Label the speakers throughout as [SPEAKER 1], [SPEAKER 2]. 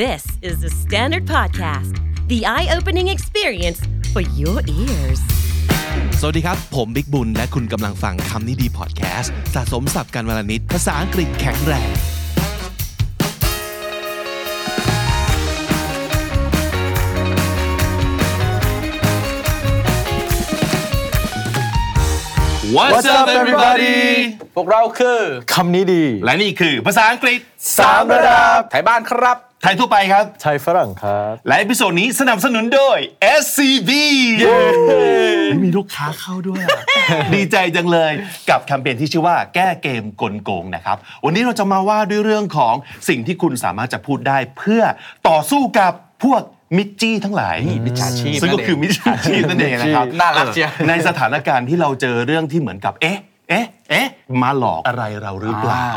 [SPEAKER 1] This is the Standard Podcast, the eye opening experience for your ears.
[SPEAKER 2] สวัสดีครับ ผมบิ๊กบุญ และคุณกำลังฟังคำนี้ดีพอดแคสต์สะสมสับการวลนิดภาษาอังกฤษแข็งแรง
[SPEAKER 3] What's up everybody
[SPEAKER 4] พวกเราคือ
[SPEAKER 3] คำนี้ดี
[SPEAKER 2] และนี่คือภาษาอังกฤษ
[SPEAKER 3] สามระดับ
[SPEAKER 4] ไทยบ้านครับ
[SPEAKER 2] ไทยทั่วไปครับ
[SPEAKER 3] ไทยฝรั่งครับ
[SPEAKER 2] และเอพิโซดนี้สนับสนุนโดย SCB มีลูกค้าเข้าด้วยอะ ดีใจจังเลยกับแคมเปญที่ชื่อว่าแก้เกมกลโกงนะครับ วันนี้เราจะมาว่าด้วยเรื่องของสิ่งที่คุณสามารถจะพูดได้เพื่อต่อสู้กับพวกมิจจี้ทั้งหลาย
[SPEAKER 4] มิจฉาชีพ
[SPEAKER 2] ซึ่งก็คือมิจฉาชีพนั่นเองนะครับ
[SPEAKER 4] น่ารักเชียว
[SPEAKER 2] ในสถานการณ์ที่เราเจอเรื่องที่เหมือนกับ เอ๊ะ เอ๊ะ เอ๊ะ มาหลอกอะไรเราหรือเปล่า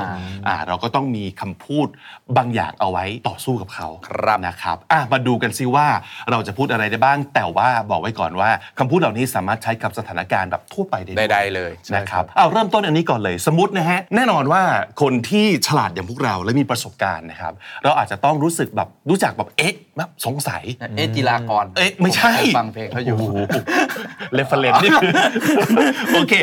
[SPEAKER 2] อ่า เราก็ต้องมีคำพูดบางอย่างเอาไว้ต่อสู้กับเขาครับนะครับ อ่ะ มาดูกันซิว่าเราจะพูดอะไรได้บ้าง แต่ว่าบอกไว้ก่อนว่าคำพูดเหล่านี้สามารถใช้กับสถานการณ์แบบทั่วไปได้วย
[SPEAKER 4] ใดๆเลย
[SPEAKER 2] นะครับ เอาเริ่มต้นอันนี้ก่อนเลย สมมตินะฮะ แน่นอนว่าคนที่ฉลาดอย่างพวกเราและมีประสบการณ์นะครับ เราอาจจะต้องรู้สึกแบบรู้จักแบบ เอ๊ะ แบบสงสัย
[SPEAKER 4] เอ๊ะจิรากร
[SPEAKER 2] เอ๊ะไม่ใช่
[SPEAKER 4] ผเคยฟังเพลงเขาอยู่
[SPEAKER 2] โโหเรฟเฟรนนี่ คือ โอเค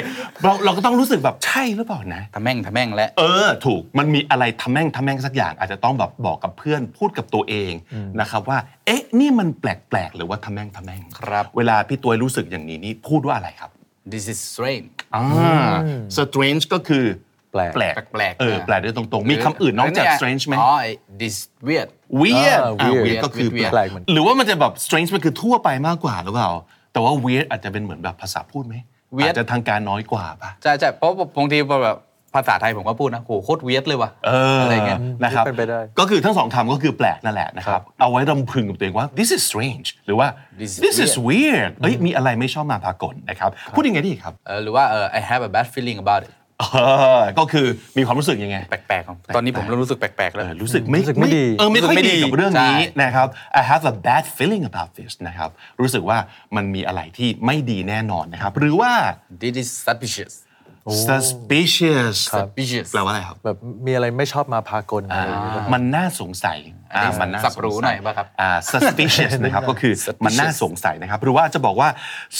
[SPEAKER 2] เราเราก็ต้องรู้สึกแบบใช่หรือเปล่านะ
[SPEAKER 4] ทำแม่งทำแม่งและ
[SPEAKER 2] เออถูกมันมีอะไรทำแม่งทำแม่งสักอย่าง อาจจะต้องแบบบอกกับเพื่อนพูดกับตัวเองนะครับว่า เอ๊ะ นี่มันแปลกๆ หรือว่าทำแม่งทำแม่ง
[SPEAKER 4] ครับ
[SPEAKER 2] เวลาพี่ตัวยรู้สึกอย่างนี้นี่พูดว่าอะไรครับ
[SPEAKER 4] this is strange
[SPEAKER 2] อ่า strange ก็คือ
[SPEAKER 3] แปลก
[SPEAKER 2] แปลก
[SPEAKER 4] แปลกๆ
[SPEAKER 2] เออแปลกด้วยตรงๆ มีคำอื่นนอกจาก strange ไหม
[SPEAKER 4] อ๋อ this weird
[SPEAKER 2] เวียด
[SPEAKER 3] อ่า weird
[SPEAKER 2] ก็คือแป
[SPEAKER 4] weird
[SPEAKER 3] แป
[SPEAKER 2] ล
[SPEAKER 3] ล
[SPEAKER 2] ก
[SPEAKER 3] กเหมือน
[SPEAKER 2] หรือว่ามันจะแบบ strange มันคือทั่วไปมากกว่าหรือเปล่า แต่ว่า weird อาจจะเป็นเหมือนแบบภาษาพูดไหม
[SPEAKER 4] weird
[SPEAKER 2] อาจจะทางการน้อยกว่าป่ะ
[SPEAKER 4] ใช่ใช่เพราะบางทีแบบภาษาไทยผมก็พูดนะโหโคตรเวียดเลยว่ะ
[SPEAKER 2] เอออ
[SPEAKER 4] อะไรเงี้ย
[SPEAKER 2] นะครับ
[SPEAKER 3] เป็นไปได้
[SPEAKER 2] ก็คือทั้งสองคำก็คือแปลกนั่นแหละนะครับ เอาไว้รำพึงกับตัวเองว่า this is strange หรือว่า
[SPEAKER 4] This is
[SPEAKER 2] this is weird เอ้ยมีอะไรไม่ชอบมาพากลนะครับ พูดยังไงดีครับ
[SPEAKER 4] เออหรือว่าเออ I have a bad feeling about it
[SPEAKER 2] เออก็คือมีความรู้สึกยังไง
[SPEAKER 4] แปลกๆของตอนนี้ผมเริ่มรู้สึกแปลกๆแล้ว
[SPEAKER 2] เออรู้สึกไม่
[SPEAKER 3] รู้สึกไม่ดี
[SPEAKER 2] เออไม่ค่อยดีกับเรื่องนี้
[SPEAKER 4] ใช่
[SPEAKER 2] นะครับ I have a bad feeling about this นะครับ รู้สึกว่ามันมีอะไรที่ไม่ดีแน่นอนนะครับ หรือว่า
[SPEAKER 4] this is suspicious
[SPEAKER 2] suspicious
[SPEAKER 4] suspicious
[SPEAKER 2] แปลว่าอะไรครับ
[SPEAKER 3] แบบมีอะไรไม่ชอบมาพากลอะไรอย่างเงี้ย
[SPEAKER 2] มันน่าสงสัยอ่า
[SPEAKER 4] อันนี้
[SPEAKER 2] มันน่า
[SPEAKER 4] สับรู้
[SPEAKER 2] สงสั
[SPEAKER 4] หน่อยป่ะครับ
[SPEAKER 2] อ่า suspicious นะครับ ก็คือมันน่าสงสัยนะครับ หรือว่าจะบอกว่า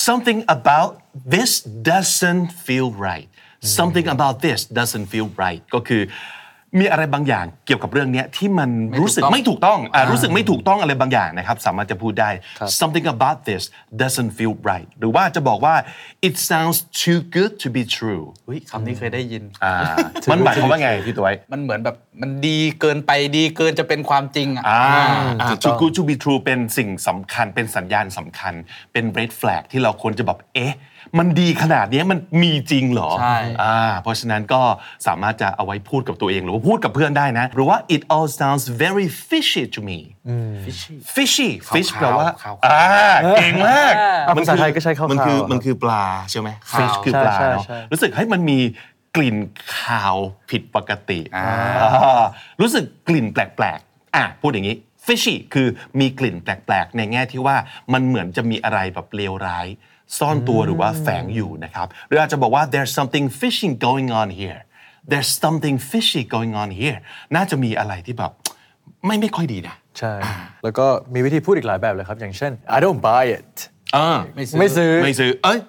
[SPEAKER 2] something about this doesn't feel right something about this doesn't feel right ก็คือ มีอะไรบางอย่างเกี่ยวกับเรื่องเนี้ยที่มันรู้สึกไม่ถูกต้องอ่ารู้สึกไม่ถูกต้องอะไรบางอย่างนะครับ สามารถจะพูดได้ something about this doesn't feel right หรือว่าจะบอกว่า it sounds too good to be true
[SPEAKER 4] เฮ้ยคำนี้เคยได้ยิน
[SPEAKER 2] อ่ามันหมายความว่าไงพี่ตัวไว้
[SPEAKER 4] มันเหมือนแบบมันดีเกินไปดีเกินจะเป็นความจริงอ่ะ
[SPEAKER 2] อ่าจูกูจูบีทรูเป็นสิ่งสำคัญเป็นสัญญาณสำคัญ เป็น red flag ที่เราควรจะแบบเอ๊ะ มันดีขนาดเนี้ยมันมีจริงเหรอ
[SPEAKER 4] ใช่
[SPEAKER 2] อ่าเพราะฉะนั้นก็สามารถจะเอาไว้พูดกับตัวเองหรือว่าพูดกับเพื่อนได้นะ หรือว่า it all sounds very fishy to me
[SPEAKER 4] fishy
[SPEAKER 2] fishy fish แปลว่า
[SPEAKER 4] ขาวๆ
[SPEAKER 2] อ่าเก่งมาก
[SPEAKER 3] อ่ะภาษา
[SPEAKER 2] คือ
[SPEAKER 3] ไทยก็ใช้ขาวๆ
[SPEAKER 2] มันคือ
[SPEAKER 3] ครับ
[SPEAKER 2] มันคือปลาใช่ไหม fish คือปลา
[SPEAKER 3] ใช่ใช่
[SPEAKER 2] เนาะ
[SPEAKER 3] ใช่
[SPEAKER 2] รู้สึกให้ยมันมีกลิ่นขาวผิดปกติอ่ารู้สึกกลิ่นแปลกๆอ่ะพูดอย่างนี้ fishy คือมีกลิ่นแปลกๆ ในแง่ที่ว่ามันเหมือนจะมีอะไรแบบเลวร้าย ซ่อนตัวหรือว่าแฝงอยู่นะครับหรืออาจจะบอกว่า there's something fishy going on here there's something fishy going on here น่าจะมีอะไรที่แบบไม่ไม่ค่อยดีนะ
[SPEAKER 3] ใช่ แล้วก็มีวิธีพูดอีกหลายแบบเลยครับ อย่างเช่น I don't buy it
[SPEAKER 2] อ่า
[SPEAKER 4] ไม่ซื้อ
[SPEAKER 3] ไม่ซื้อ
[SPEAKER 2] ไม่ซื้อ เอ้ย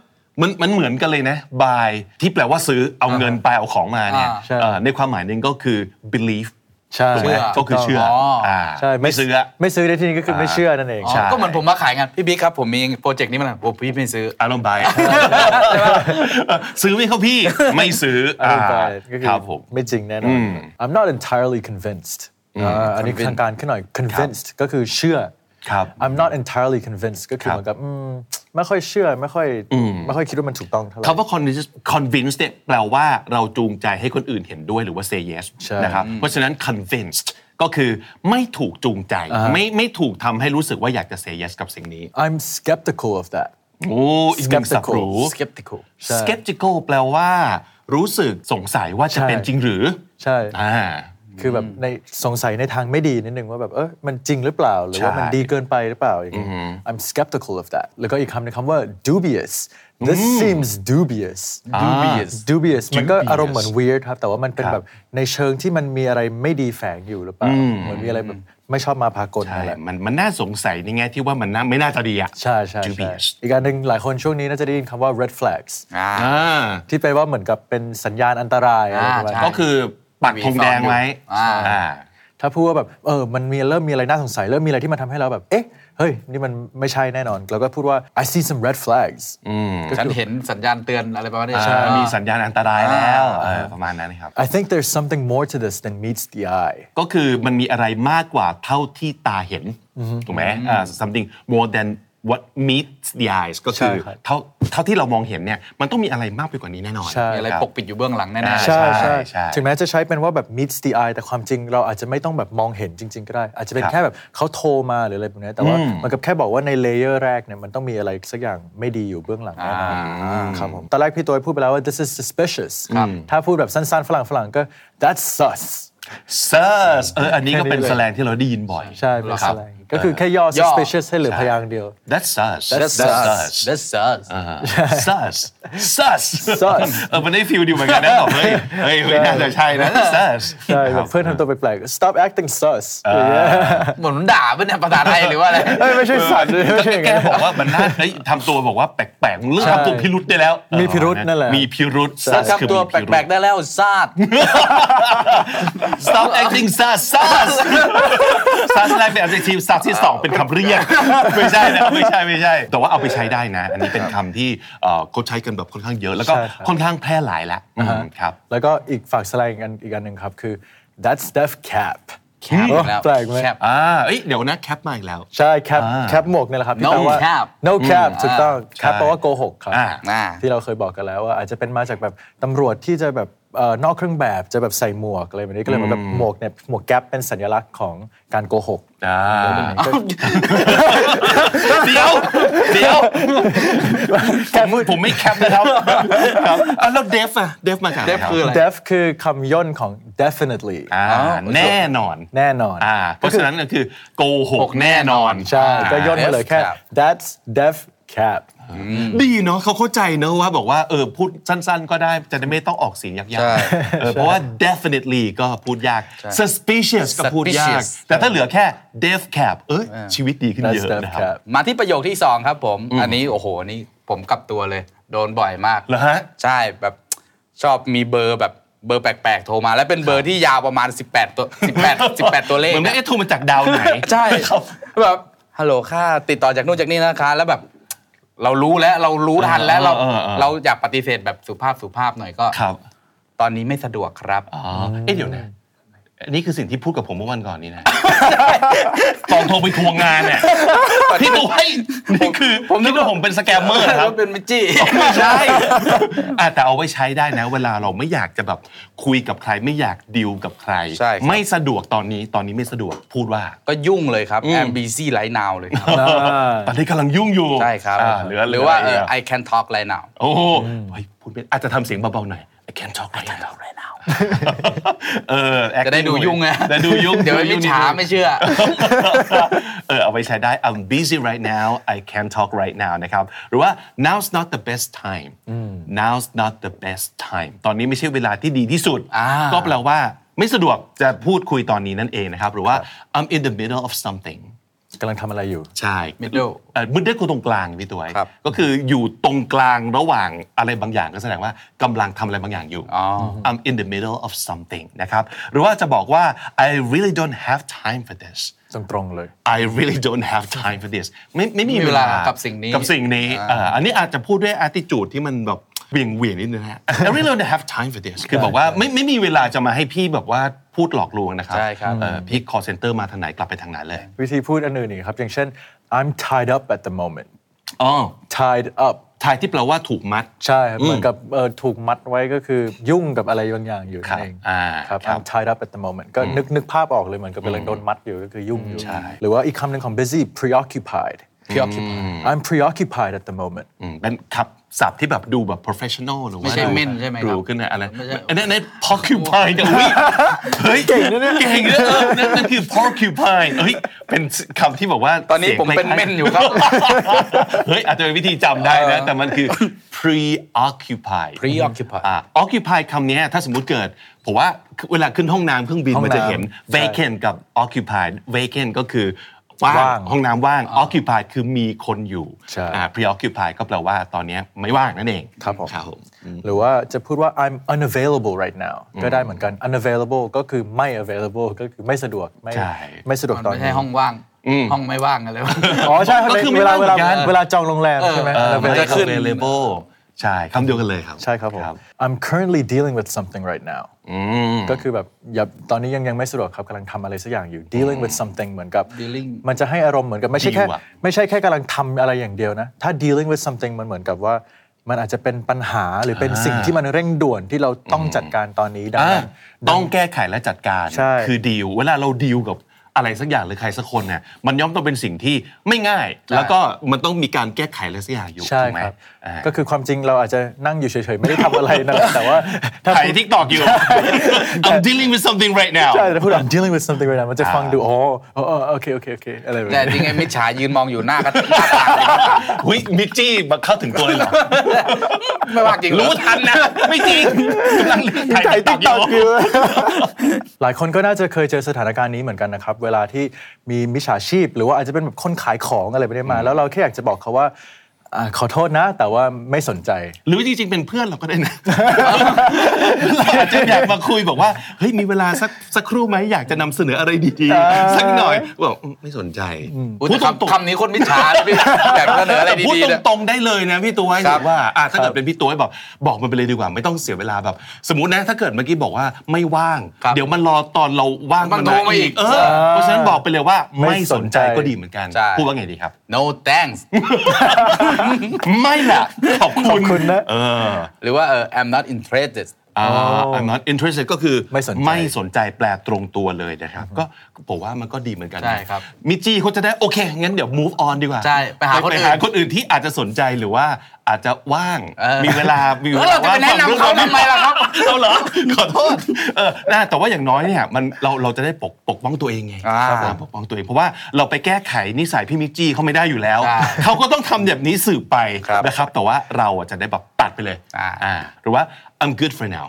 [SPEAKER 2] มันมันเหมือนกันเลยนะ buy ที่แปลว่าซื้อ เอาเงินไปเอาของมาเนี่ย
[SPEAKER 4] อ่า
[SPEAKER 3] ใช่
[SPEAKER 2] เอ่อในความหมายหนึงก็คือ believe
[SPEAKER 3] ใช่
[SPEAKER 2] ถูกไหม
[SPEAKER 4] เชื่อ
[SPEAKER 2] ก็คือเชื่อ
[SPEAKER 4] อ๋ออ่
[SPEAKER 2] ่า
[SPEAKER 3] ใช่
[SPEAKER 2] ไม่ซื้ออะ
[SPEAKER 3] ไม่ซื้อในที่นี้ก็คือไม่เชื่อนั่นเอง
[SPEAKER 4] อ๋อ
[SPEAKER 2] ใช่
[SPEAKER 4] ก็เหมือนผมมาขายงานพี่บิ๊กครับผมมีโปรเจกต์นี้มาหน่อยผมพี่ไม่ซื้อ
[SPEAKER 2] อารมณ์ buy ซื้อไหม่เข้าพี่ ไม่ซื้อ
[SPEAKER 3] อ่า
[SPEAKER 2] อ่า
[SPEAKER 3] ก็
[SPEAKER 2] ครับผม
[SPEAKER 3] ไม่จริงแน่นอน I'm not entirely convinced อ่าอันนี้ทางการขึ้นหน่อย convinced ก็คือเชื่อ
[SPEAKER 2] ครับ
[SPEAKER 3] I'm not entirely convinced ก็คือ
[SPEAKER 2] ครับ
[SPEAKER 3] เหมือนกับอืมไม่ค่อยเชื่อไม่ค่อยไม่ค่อยคิดว่ามันถูกต้องเท่าไหร่
[SPEAKER 2] คำว่า convince convince เนี่ยแปลว่าเราจูงใจให้คนอื่นเห็นด้วยหรือว่า say yes
[SPEAKER 3] ใช่
[SPEAKER 2] นะครับเพราะฉะนั้น convinced ก็คือไม่ถูกจูงใจ ไม่ไม่ถูกทำให้รู้สึกว่าอยากจะ say yes กับสิ่งนี้
[SPEAKER 3] I'm skeptical of that
[SPEAKER 2] โอ้อีกหนึ่งสับหรู
[SPEAKER 4] skeptical
[SPEAKER 2] skeptical แปลว่า รู้สึกสงสัยว่าจะ
[SPEAKER 3] ใช่
[SPEAKER 2] เป็นจริงหรือ
[SPEAKER 3] ใช่
[SPEAKER 2] อ่า
[SPEAKER 3] คือแบบในสงสัยในทางไม่ดีนิดนึงว่าแบบเออมันจริงหรือเปล่า หรือว่ามัน
[SPEAKER 2] ใช่
[SPEAKER 3] ดีเกินไปหรือเปล่าอย่างเงี้ย I'm skeptical of that แล้วก็อีกคำหนึงคำว่า dubious this seems dubious
[SPEAKER 4] dubious
[SPEAKER 3] dubious มันก็
[SPEAKER 2] dubious
[SPEAKER 3] อารมณ์เหมือน weird ครับ แต่ว่ามันเป็น
[SPEAKER 2] ครับ
[SPEAKER 3] แบบในเชิงที่มันมีอะไรไม่ดีแฝงอยู่หรือเปล่าเหมือนมีอะไรแบบไม่ชอบมาพากล
[SPEAKER 2] ใช่
[SPEAKER 3] นั่นแหละ
[SPEAKER 2] มันมันน่าสงสัยในแง่ที่ว่ามันน่าไม่น่าจะดีอ่ะ
[SPEAKER 3] ใช่ใช่ใช่
[SPEAKER 2] dubious
[SPEAKER 3] อีกอันหนึ่งหลายคนช่วงนี้น่าจะได้ยินคำว่า red flags
[SPEAKER 4] อ่า
[SPEAKER 2] อ่า
[SPEAKER 3] ที่แปลว่าเหมือนกับเป็นสัญญาณอันตรายอะไรประมาณ
[SPEAKER 4] ใช่
[SPEAKER 3] นั้น
[SPEAKER 2] ก็คือปักธงแดงไว้
[SPEAKER 4] อ่า
[SPEAKER 2] อ่า
[SPEAKER 3] ถ้าพูดว่าแบบเออมันมีเริ่มมีอะไรน่าสงสัย เริ่มมีอะไรที่มันทำให้เราแบบ เอ๊ะ เฮ้ย นี่มันไม่ใช่แน่นอนเราก็พูดว่า I see some red flags ก็
[SPEAKER 4] ฉัน
[SPEAKER 3] คือ
[SPEAKER 4] เห็นสัญญาณเตือนอะไรประมาณนี้
[SPEAKER 2] อ่า
[SPEAKER 4] ใช่ไห
[SPEAKER 2] มีสัญญาณอันตรายแล้วเออประมาณนั้นครับ
[SPEAKER 3] I think there's something more to this than meets the eye
[SPEAKER 2] ก็คือมันมีอะไรมากกว่าเท่าที่ตาเห็น ถูกไหมอ่า something more than what meets the eyes ก็คือ
[SPEAKER 3] ใช่ครับ
[SPEAKER 2] เท่าเท่าที่เรามองเห็นเนี่ยมันต้องมีอะไรมากไปกว่านี้แน่นอน
[SPEAKER 3] ใช่
[SPEAKER 4] มีอะไรปกปิดอยู่เบื้องหลังแน่ๆ
[SPEAKER 2] ใช่ ใช่
[SPEAKER 3] ใช่ถึงแม้จะใช้เป็นว่าแบบ meets the eye แต่ความจริงเราอาจจะไม่ต้องแบบมองเห็นจริง ๆ ก็ได้ อาจจะเป็น
[SPEAKER 2] ครับ
[SPEAKER 3] แค่แบบเขาโทรมาหรืออะไรแบบนี้แต่ว่ามันก็แค่บอกว่าในเลเยอร์แรกเนี่ยมันต้องมีอะไรสักอย่างไม่ดีอยู่เบื้องหลังแน่นอนครับผมตอนแรกพี่ตัวพูดไปแล้วว่า this is suspicious ถ้าพูดแบบสั้นๆฝรั่งฝรั่งๆก็ that's sus
[SPEAKER 2] sus เอออันนี้ก็เป็น
[SPEAKER 3] แค่นี้เลย
[SPEAKER 2] แสแลงที่เราได้ยินบ่อย
[SPEAKER 3] ใช่เป็น
[SPEAKER 4] ครั
[SPEAKER 3] ส
[SPEAKER 4] บ
[SPEAKER 3] แลงก็คือแค่ย่อ
[SPEAKER 4] ย่อ
[SPEAKER 3] suspicious ให้เหลือพยางค์เดียว
[SPEAKER 2] that's sus
[SPEAKER 4] That's us That's us
[SPEAKER 2] sus sus
[SPEAKER 3] sus
[SPEAKER 2] เออมันได้ฟิลดีเหมือนกันนะแบบเฮ้ยเฮ้ย เฮ้ยน่าจะใช่นะ sus
[SPEAKER 3] ใช่แบบเพื่อนทำตัวแปลกๆ stop acting sus อย่างเงี้ย
[SPEAKER 4] เหมือนด่าเป็นยภาษาไทยหรือว่าอะไร
[SPEAKER 3] เอ้ยไม่ใช่สั ตว์ไม่ใช่อย่าง
[SPEAKER 2] แก
[SPEAKER 3] เงี้ย
[SPEAKER 2] บอกว่ามันน่าเฮ้ยทำตัวบอกว่าแปลกๆเรื่องทำตัวพิรุษได้แล้ว
[SPEAKER 3] มีพิรุธนั่นแหละ
[SPEAKER 2] มีพิรุษ sus
[SPEAKER 4] จับ
[SPEAKER 2] คือ
[SPEAKER 4] ตัว
[SPEAKER 2] มีพิรุ
[SPEAKER 4] แปล
[SPEAKER 2] ธ
[SPEAKER 4] กๆได้แล้วซาด
[SPEAKER 2] Stop acting sus sus sus แรกเป็น adjective sus ที่สองเป็นคำเรียก ไม่ใช่นะไม่ใช่ไม่ใช่ แต่ว่าเอาไปใช้ได้นะ อันนี้เป็นคำที่เอ่อเขาใช้กันแบบค่อนข้างเยอะ แล้วก็
[SPEAKER 3] ใช่ครับ
[SPEAKER 2] ค่อนข้างแพร่หลายแล้วอืมครับ
[SPEAKER 3] แล้วก็อีกฝากสไลด์อีกอันอีกอันหนึ่งครับ คือ that's deaf cap
[SPEAKER 4] Cap
[SPEAKER 3] โอ้
[SPEAKER 4] แล้ว
[SPEAKER 3] แปลกไหม
[SPEAKER 4] Cap
[SPEAKER 2] อ่าเอ้ยเดี๋ยวนะแคปมาอีกแล้ว
[SPEAKER 3] ใช่ cap cap หมวกเนี่ยแหละครับที่
[SPEAKER 4] No
[SPEAKER 3] แปลว่า
[SPEAKER 4] cap
[SPEAKER 3] no cap ถูกต้อง cap
[SPEAKER 2] ใช่
[SPEAKER 3] แปลว่าโกหกครับ
[SPEAKER 2] อ่า
[SPEAKER 4] อ่า
[SPEAKER 3] ที่เราเคยบอกกันแล้วว่าอาจจะเป็นมาจากแบบตำรวจที่จะแบบเอ่อนอกเครื่องแบบจะแบบใส่หมวกอะไรแบบนี้ก็เลยเหมือนแบบหมวกเนี่ยหมวกแก๊ปเป็นสัญลักษณ์ของการโกหก
[SPEAKER 2] อ่าเดี๋ยวเดี๋ยวผมผมไม่แคปนะครับครับอ่ะแล้วเดฟอะเดฟมาจากไหนครับ
[SPEAKER 4] เดฟคืออะไร
[SPEAKER 3] deaf คือคำย่นของ definitely
[SPEAKER 2] อ่าแน่นอน
[SPEAKER 3] แน่นอน
[SPEAKER 2] อ่าเพราะฉะนั้นก็คือโกหกแน่นอน
[SPEAKER 3] ใช่ก็ย่นมาเลยแค่
[SPEAKER 4] deaf cap
[SPEAKER 3] that's deaf cap
[SPEAKER 2] ดีเนาะเขาเข้าใจเนอะว่าบอกว่าเออพูดสั้นๆ ก็ได้จะได้ไม่ต้องออกเสียงยาก
[SPEAKER 4] ใช่
[SPEAKER 2] ๆเออเพราะว่า definitely ก็พูดยาก suspicious ก็พูดยาก
[SPEAKER 4] suspicious
[SPEAKER 2] แต่ถ้าเหลือแค่ def cap เอ้ยชีวิตดีขึ้นเย
[SPEAKER 3] that's
[SPEAKER 2] อะ
[SPEAKER 3] deaf
[SPEAKER 2] นะครับ
[SPEAKER 3] cap
[SPEAKER 4] มาที่ประโยคที่ 2 ครับผม อันนี้โอ้โหนี่ผมกลับตัวเลย โดนบ่อยมาก
[SPEAKER 2] เหรอฮะ
[SPEAKER 4] ใช่แบบชอบมีเบอร์แบบเบอร์แปลกๆ โทรมา และเป็นเบอร์ที่ยาวประมาณ 18 ตัว 18 18 ตัวเลข
[SPEAKER 2] เหมือนไม่ได้ทูมาจากดาวไหน
[SPEAKER 4] ใช่
[SPEAKER 2] ครับ
[SPEAKER 4] แบบฮัลโหลค่ะติดต่อจากนู่นจากนี่นะคะ แล้วแบบเรารู้แล้วเรารู้ทันแล้วเรา
[SPEAKER 2] เออเออเออ
[SPEAKER 4] เราอยากปฏิเสธแบบสุภาพสุภาพหน่อยก็
[SPEAKER 2] ครับ
[SPEAKER 4] ตอนนี้ไม่สะดวกครับ
[SPEAKER 2] อ๋อเอ๊ะเดี๋ยวนะอันนี้คือสิ่งที่พูดกับผมเมื่อวันก่อนนี้นะ ตอนโทรไปทวงงานเนี่ยพี่ตัวให้นี่คือผมนึกว่าผมเป็นสแกมเมอร์
[SPEAKER 4] แต่
[SPEAKER 2] ครับ
[SPEAKER 4] ว่าเป็นมิจจี้
[SPEAKER 2] ไม่ใช่ อ่ะแต่เอาไว้ใช้ได้นะ เวลาเราไม่อยากจะแบบคุยกับใครไม่อยากดิวกับใคร
[SPEAKER 4] ใช่ครับ
[SPEAKER 2] ไม่สะดวกตอนนี้ตอนนี้ไม่สะดวกพูดว่า
[SPEAKER 4] ก็ยุ่งเลยครับ I'm busy right now เลยครับ
[SPEAKER 2] ตอนนี้กำลังยุ่งอยู่
[SPEAKER 4] ใช่ครับ
[SPEAKER 2] อ่าเหลือ
[SPEAKER 4] หรือว่า
[SPEAKER 2] เหลื
[SPEAKER 4] เอ่อ
[SPEAKER 2] ออะไร
[SPEAKER 4] I can talk right now
[SPEAKER 2] โอ้โหเฮ้ยพูดเป็นอาจจะทำเสียงเบาๆหน่อย I can't talk right now เออ acting
[SPEAKER 4] จะได้ดูยุ่งไง
[SPEAKER 2] จะดูยุ่ง
[SPEAKER 4] เดี๋ยวไม่
[SPEAKER 2] ง
[SPEAKER 4] ช้าไม่เชื่อ
[SPEAKER 2] เออเอาไปใช้ได้ I'm busy right now I can't talk right now นะครับ หรือว่า now's not the best time now's not the best time ตอนนี้ไม่ใช่เวลาที่ดีที่สุด
[SPEAKER 4] อ่า
[SPEAKER 2] ก็แปลว่าไม่สะดวกจะพูดคุยตอนนี้นั่นเองนะครับ หรือว่า I'm in the middle of something
[SPEAKER 3] กำลังทำอะไรอยู่
[SPEAKER 2] ใช่
[SPEAKER 4] Middle
[SPEAKER 2] เอ่อ middle คือตรงกลางพี่ตัว
[SPEAKER 4] ครับ
[SPEAKER 2] ก็คืออยู่ตรงกลางระหว่างอะไรบางอย่างก็แสดงว่ากำลังทำอะไรบางอย่างอยู่ I'm in the middle of something นะครับ หรือว่าจะบอกว่า I really don't have time for this
[SPEAKER 3] ตรงๆเลย
[SPEAKER 2] I really don't have time for this ไม่ไม่มี
[SPEAKER 4] ไม่มี
[SPEAKER 2] เว
[SPEAKER 4] เว
[SPEAKER 2] ลา
[SPEAKER 4] ลากั
[SPEAKER 2] กับ
[SPEAKER 4] สิ่งนี้
[SPEAKER 2] กับสิ่งนี้เอ่ออันนี้อาจจะพูดด้วย attitude ที่มันแบบเบี่ยงเวียนนิดนึงนะฮะ I really don't have time for this คือบอกว่าไม่ไม่มีเวลาจะมาให้พี่แบบว่าพูดหลอกลวงนะครับ
[SPEAKER 4] ใช่ครับ
[SPEAKER 2] เอ่อพี่ call center มาทางไหนกลับไปทางนั้นเลย
[SPEAKER 3] วิธีพูดอันอื่นอีกครับ อย่างเช่น I'm tied up at the moment
[SPEAKER 2] อ๋อ
[SPEAKER 3] tied up
[SPEAKER 2] ทายที่แปลว่าถูกมัด
[SPEAKER 3] ใช่ครับเหมือนกับเอ่อถูกมัดไว้ก็คือยุ่งกับอะไรบางอย่างอยู่
[SPEAKER 2] ครั
[SPEAKER 3] นั่
[SPEAKER 2] บ
[SPEAKER 3] นเอง
[SPEAKER 2] อ่า
[SPEAKER 3] ครับ
[SPEAKER 2] ครับ
[SPEAKER 3] I'm tied up at the moment ก็นึกนึกภาพออกเลยเหมือนกับกำลังโดนมัดอยู่ก็คือยุ่งอยู่ หรือว่าอีกคำหนึ่งของ busy preoccupied
[SPEAKER 4] preoccupied
[SPEAKER 3] I'm preoccupied at the moment
[SPEAKER 2] อืมเป็นคำศัพท์ที่แบบดูแบบ professional หรือ
[SPEAKER 4] ไม่
[SPEAKER 2] ว่า
[SPEAKER 4] ใช่
[SPEAKER 2] ดู
[SPEAKER 4] เม่นใช่ไหมครับ
[SPEAKER 2] ดูขึ้นนะอะไร
[SPEAKER 4] ไม่ใช่
[SPEAKER 2] อันนั้นอันนั้น porcupine เนี่ยอุ๊ยเฮ้ยเก่งนะเนี่ยเก่งนะเออนั่นนั่นคือ porcupine เฮ้ยเป็นคำที่แบบว่า
[SPEAKER 4] ตอนนี้
[SPEAKER 2] สียง
[SPEAKER 4] ผมเป็น
[SPEAKER 2] คล้าๆ
[SPEAKER 4] เม่นอยู่ครับ
[SPEAKER 2] เฮ้ยอาจจะเป็นวิธีจำได้นะ แต่มัน คือ preoccupied
[SPEAKER 4] preoccupied
[SPEAKER 2] อ่า occupy คำเนี้ยถ้าสมมุติเกิด ผมว่าเวลาขึ้นห้องน้ำเครื่องบิน
[SPEAKER 3] ห้อง
[SPEAKER 2] มัน
[SPEAKER 3] น้ำ
[SPEAKER 2] จะเห็น
[SPEAKER 3] ใช่
[SPEAKER 2] vacant กับ occupied vacant ก็คือว่าง
[SPEAKER 3] ว่าง
[SPEAKER 2] ห้องน้ำว่าง occupied คือมีคนอยู่
[SPEAKER 3] ใช่
[SPEAKER 2] อ่า preoccupied ก็แปลว่าตอนเนี้ยไม่ว่างนั่นเอง
[SPEAKER 3] ครับผม
[SPEAKER 2] ครับผม
[SPEAKER 3] หรือว่าจะพูดว่า I'm unavailable right now ก็ได้เหมือนกัน unavailable ก็คือไม่ available ก็คือไม่สะดวกไม่
[SPEAKER 2] ใช่
[SPEAKER 3] ไม่สะดวก
[SPEAKER 4] มัน
[SPEAKER 3] ตอน
[SPEAKER 4] ไม่
[SPEAKER 3] นี้
[SPEAKER 4] ใช่ห้องว่าง ห้องไม่ว่างอะไรวะ
[SPEAKER 3] อ๋อใช่
[SPEAKER 2] ก็คือไม่
[SPEAKER 3] เวลา
[SPEAKER 2] ว่างเหมือกัน
[SPEAKER 3] เวลานเวลาจองโรงแรมใช่ไหม
[SPEAKER 4] เออ
[SPEAKER 2] มัน
[SPEAKER 3] available
[SPEAKER 2] จะขึ้น available ใช่คำเดียวกันเลยครับ
[SPEAKER 3] ใช่ครับผม I'm currently dealing with something right now ก็คือแบบอย่าตอนนี้ยังยังไม่สะดวกครับกำลังทำอะไรสักอย่างอยู่ dealing with something เหมือนกับ
[SPEAKER 4] Dealing
[SPEAKER 3] มันจะให้อารมณ์เหมือนกับไม่ใช่แค่
[SPEAKER 2] Deal อะ
[SPEAKER 3] ไม่ใช่แค่กำลังทำอะไรอย่างเดียวนะ ถ้า dealing with something มันเหมือนกับว่า มันอาจจะเป็นปัญหาหรือเป็นสิ่งที่มันเร่งด่วนที่เราต้องจัดการตอนนี้ดัง
[SPEAKER 2] อ่า
[SPEAKER 3] นั้น
[SPEAKER 2] ต้องแก้ไขและจัดการ
[SPEAKER 3] ใช่
[SPEAKER 2] คือดีลเวลาเราดีลกับอะไรสักอย่างหรือใครสักคนเนี่ยมันย่อมต้องเป็นสิ่งที่ไม่ง่าย แล้วก็มันต้องมีการแก้ไขอะไรสักอย่างอยู่
[SPEAKER 3] ใช่
[SPEAKER 2] ถูกไหม
[SPEAKER 3] ครับ
[SPEAKER 2] อ่า
[SPEAKER 3] ก็คือความจริงเราอาจจะนั่งอยู่เฉยๆ ไม่ได้ทำอะไรนะแต่ว่าถ้า
[SPEAKER 2] ถ่ายทิกตอก อยู่ I'm dealing with something right now
[SPEAKER 3] ใช่แต่พูด I'm dealing with something right now มันจะฟังดูอ๋ออ๋ออ๋อโอเคโอเคโอเคอะไรแบบ
[SPEAKER 4] แต่
[SPEAKER 3] นี้
[SPEAKER 4] จริงไอ้มิจฉายืนมองอยู่หน้ากระจกหน้าต่าง
[SPEAKER 2] หุยมิกจี้มาเข้าถึงตัวเลยเหรอ
[SPEAKER 4] ไม่ว่างจริงเหอ
[SPEAKER 2] รู้ทันนะ ไม่ จริงกำลังถ่า
[SPEAKER 3] ถ่าย ย
[SPEAKER 2] ทิ
[SPEAKER 3] ติ๊
[SPEAKER 2] ก
[SPEAKER 3] ก
[SPEAKER 2] ต
[SPEAKER 3] ต
[SPEAKER 2] อ
[SPEAKER 3] อก ก
[SPEAKER 2] อ
[SPEAKER 3] อยู่ ยู่ หลายคนก็น่าจะเคยเจอสถานการณ์นี้เหมือนกันนะครับ เวลาที่มีมิจฉาชีพ หรือว่าอาจจะเป็นแบบคนขายของอะไรแบบนี้มา แล้วเราแค่อยากจะบอกเขาว่าอ่าขอโทษนะ แต่ว่าไม่สนใจ
[SPEAKER 2] หรือจริงๆ เป็นเพื่อนเราก็ได้ นะ เราอาจจะอยากมาคุยบอกว่า เฮ้ย มีเวลาสักสักครู่ไหมอยากจะนำเสนออะไรดีๆ สักหน่อยบอกอืมไม่สนใจ
[SPEAKER 4] อุ๊ย
[SPEAKER 2] พูด
[SPEAKER 4] แต่
[SPEAKER 2] ตรงๆ
[SPEAKER 4] คำคำนี้คนมิจฉา เลยพี่แบบเสนออะไร
[SPEAKER 2] พูด
[SPEAKER 4] ดีๆเนี่ย
[SPEAKER 2] ตรงๆได้เลยนะพี่ตัว
[SPEAKER 4] ครั
[SPEAKER 2] ถื
[SPEAKER 4] บ
[SPEAKER 2] อว่าอ่ะถ้าเกิดเป็นพี่ตัวบอกบอกมันไปเลยดีกว่าไม่ต้องเสียเวลาแบบ สมมตินะถ้าเกิดเมื่อกี้บอกว่าไม่ว่าง
[SPEAKER 4] ครับ
[SPEAKER 2] เดี๋ยวมันรอตอนเราว่าง
[SPEAKER 4] มันโทรมาอีก
[SPEAKER 2] เออเพราะฉะนั้นบอกไปเลยว่า
[SPEAKER 3] ไม่
[SPEAKER 2] ไม่ส
[SPEAKER 3] ส
[SPEAKER 2] น
[SPEAKER 3] น
[SPEAKER 2] ใจ
[SPEAKER 3] ใจ
[SPEAKER 2] ก็ดีเหมือนกัน
[SPEAKER 4] ใช่
[SPEAKER 2] พูดว่าไงดีครับ
[SPEAKER 4] no thanks
[SPEAKER 2] ไม่ล่ะขอบคุณ
[SPEAKER 3] คุณนะ
[SPEAKER 2] เออ
[SPEAKER 4] หรือว่าเออ I'm not interested
[SPEAKER 2] อ่า I'm not interested ก็คือ
[SPEAKER 3] ไม่สนใจ
[SPEAKER 2] ไม่สนใจแปลตรงตัวเลยนะครับ ก็ผมว่ามันก็ดีเหมือนกันนะ
[SPEAKER 4] ใช่ครับ
[SPEAKER 2] มิจจี้เขาจะได้โอเคงั้นเดี๋ยว move on ดีกว่า
[SPEAKER 4] ใช่ไปหาคนอื่น
[SPEAKER 2] ไปหาคนอื่นที่อาจจะสนใจหรือว่าอาจจะว่าง
[SPEAKER 4] เออ
[SPEAKER 2] มีเวลา มี
[SPEAKER 4] แล้วเราจะไปแนะนำเขาทำไมล่ะครับ
[SPEAKER 2] เราเหรอ ขอโทษ เออนะแต่ว่าอย่างน้อยเนี่ยมันเราเราจะได้ปกปกป้องตัวเองไง
[SPEAKER 4] อ่า
[SPEAKER 2] ครับปกป้องตัวเอง เพราะว่าเราไปแก้ไขนิสัยพี่มิกจี้เขาไม่ได้อยู่แล้ว
[SPEAKER 4] ใช่
[SPEAKER 2] เขาก็ต้องทำแบบนี้สืบไป
[SPEAKER 4] ครับ
[SPEAKER 2] นะครับ แต่ว่าเราอ่ะจะได้แบบตัดไปเลย
[SPEAKER 4] อ่า
[SPEAKER 2] อ่าหรือว่า I'm good for now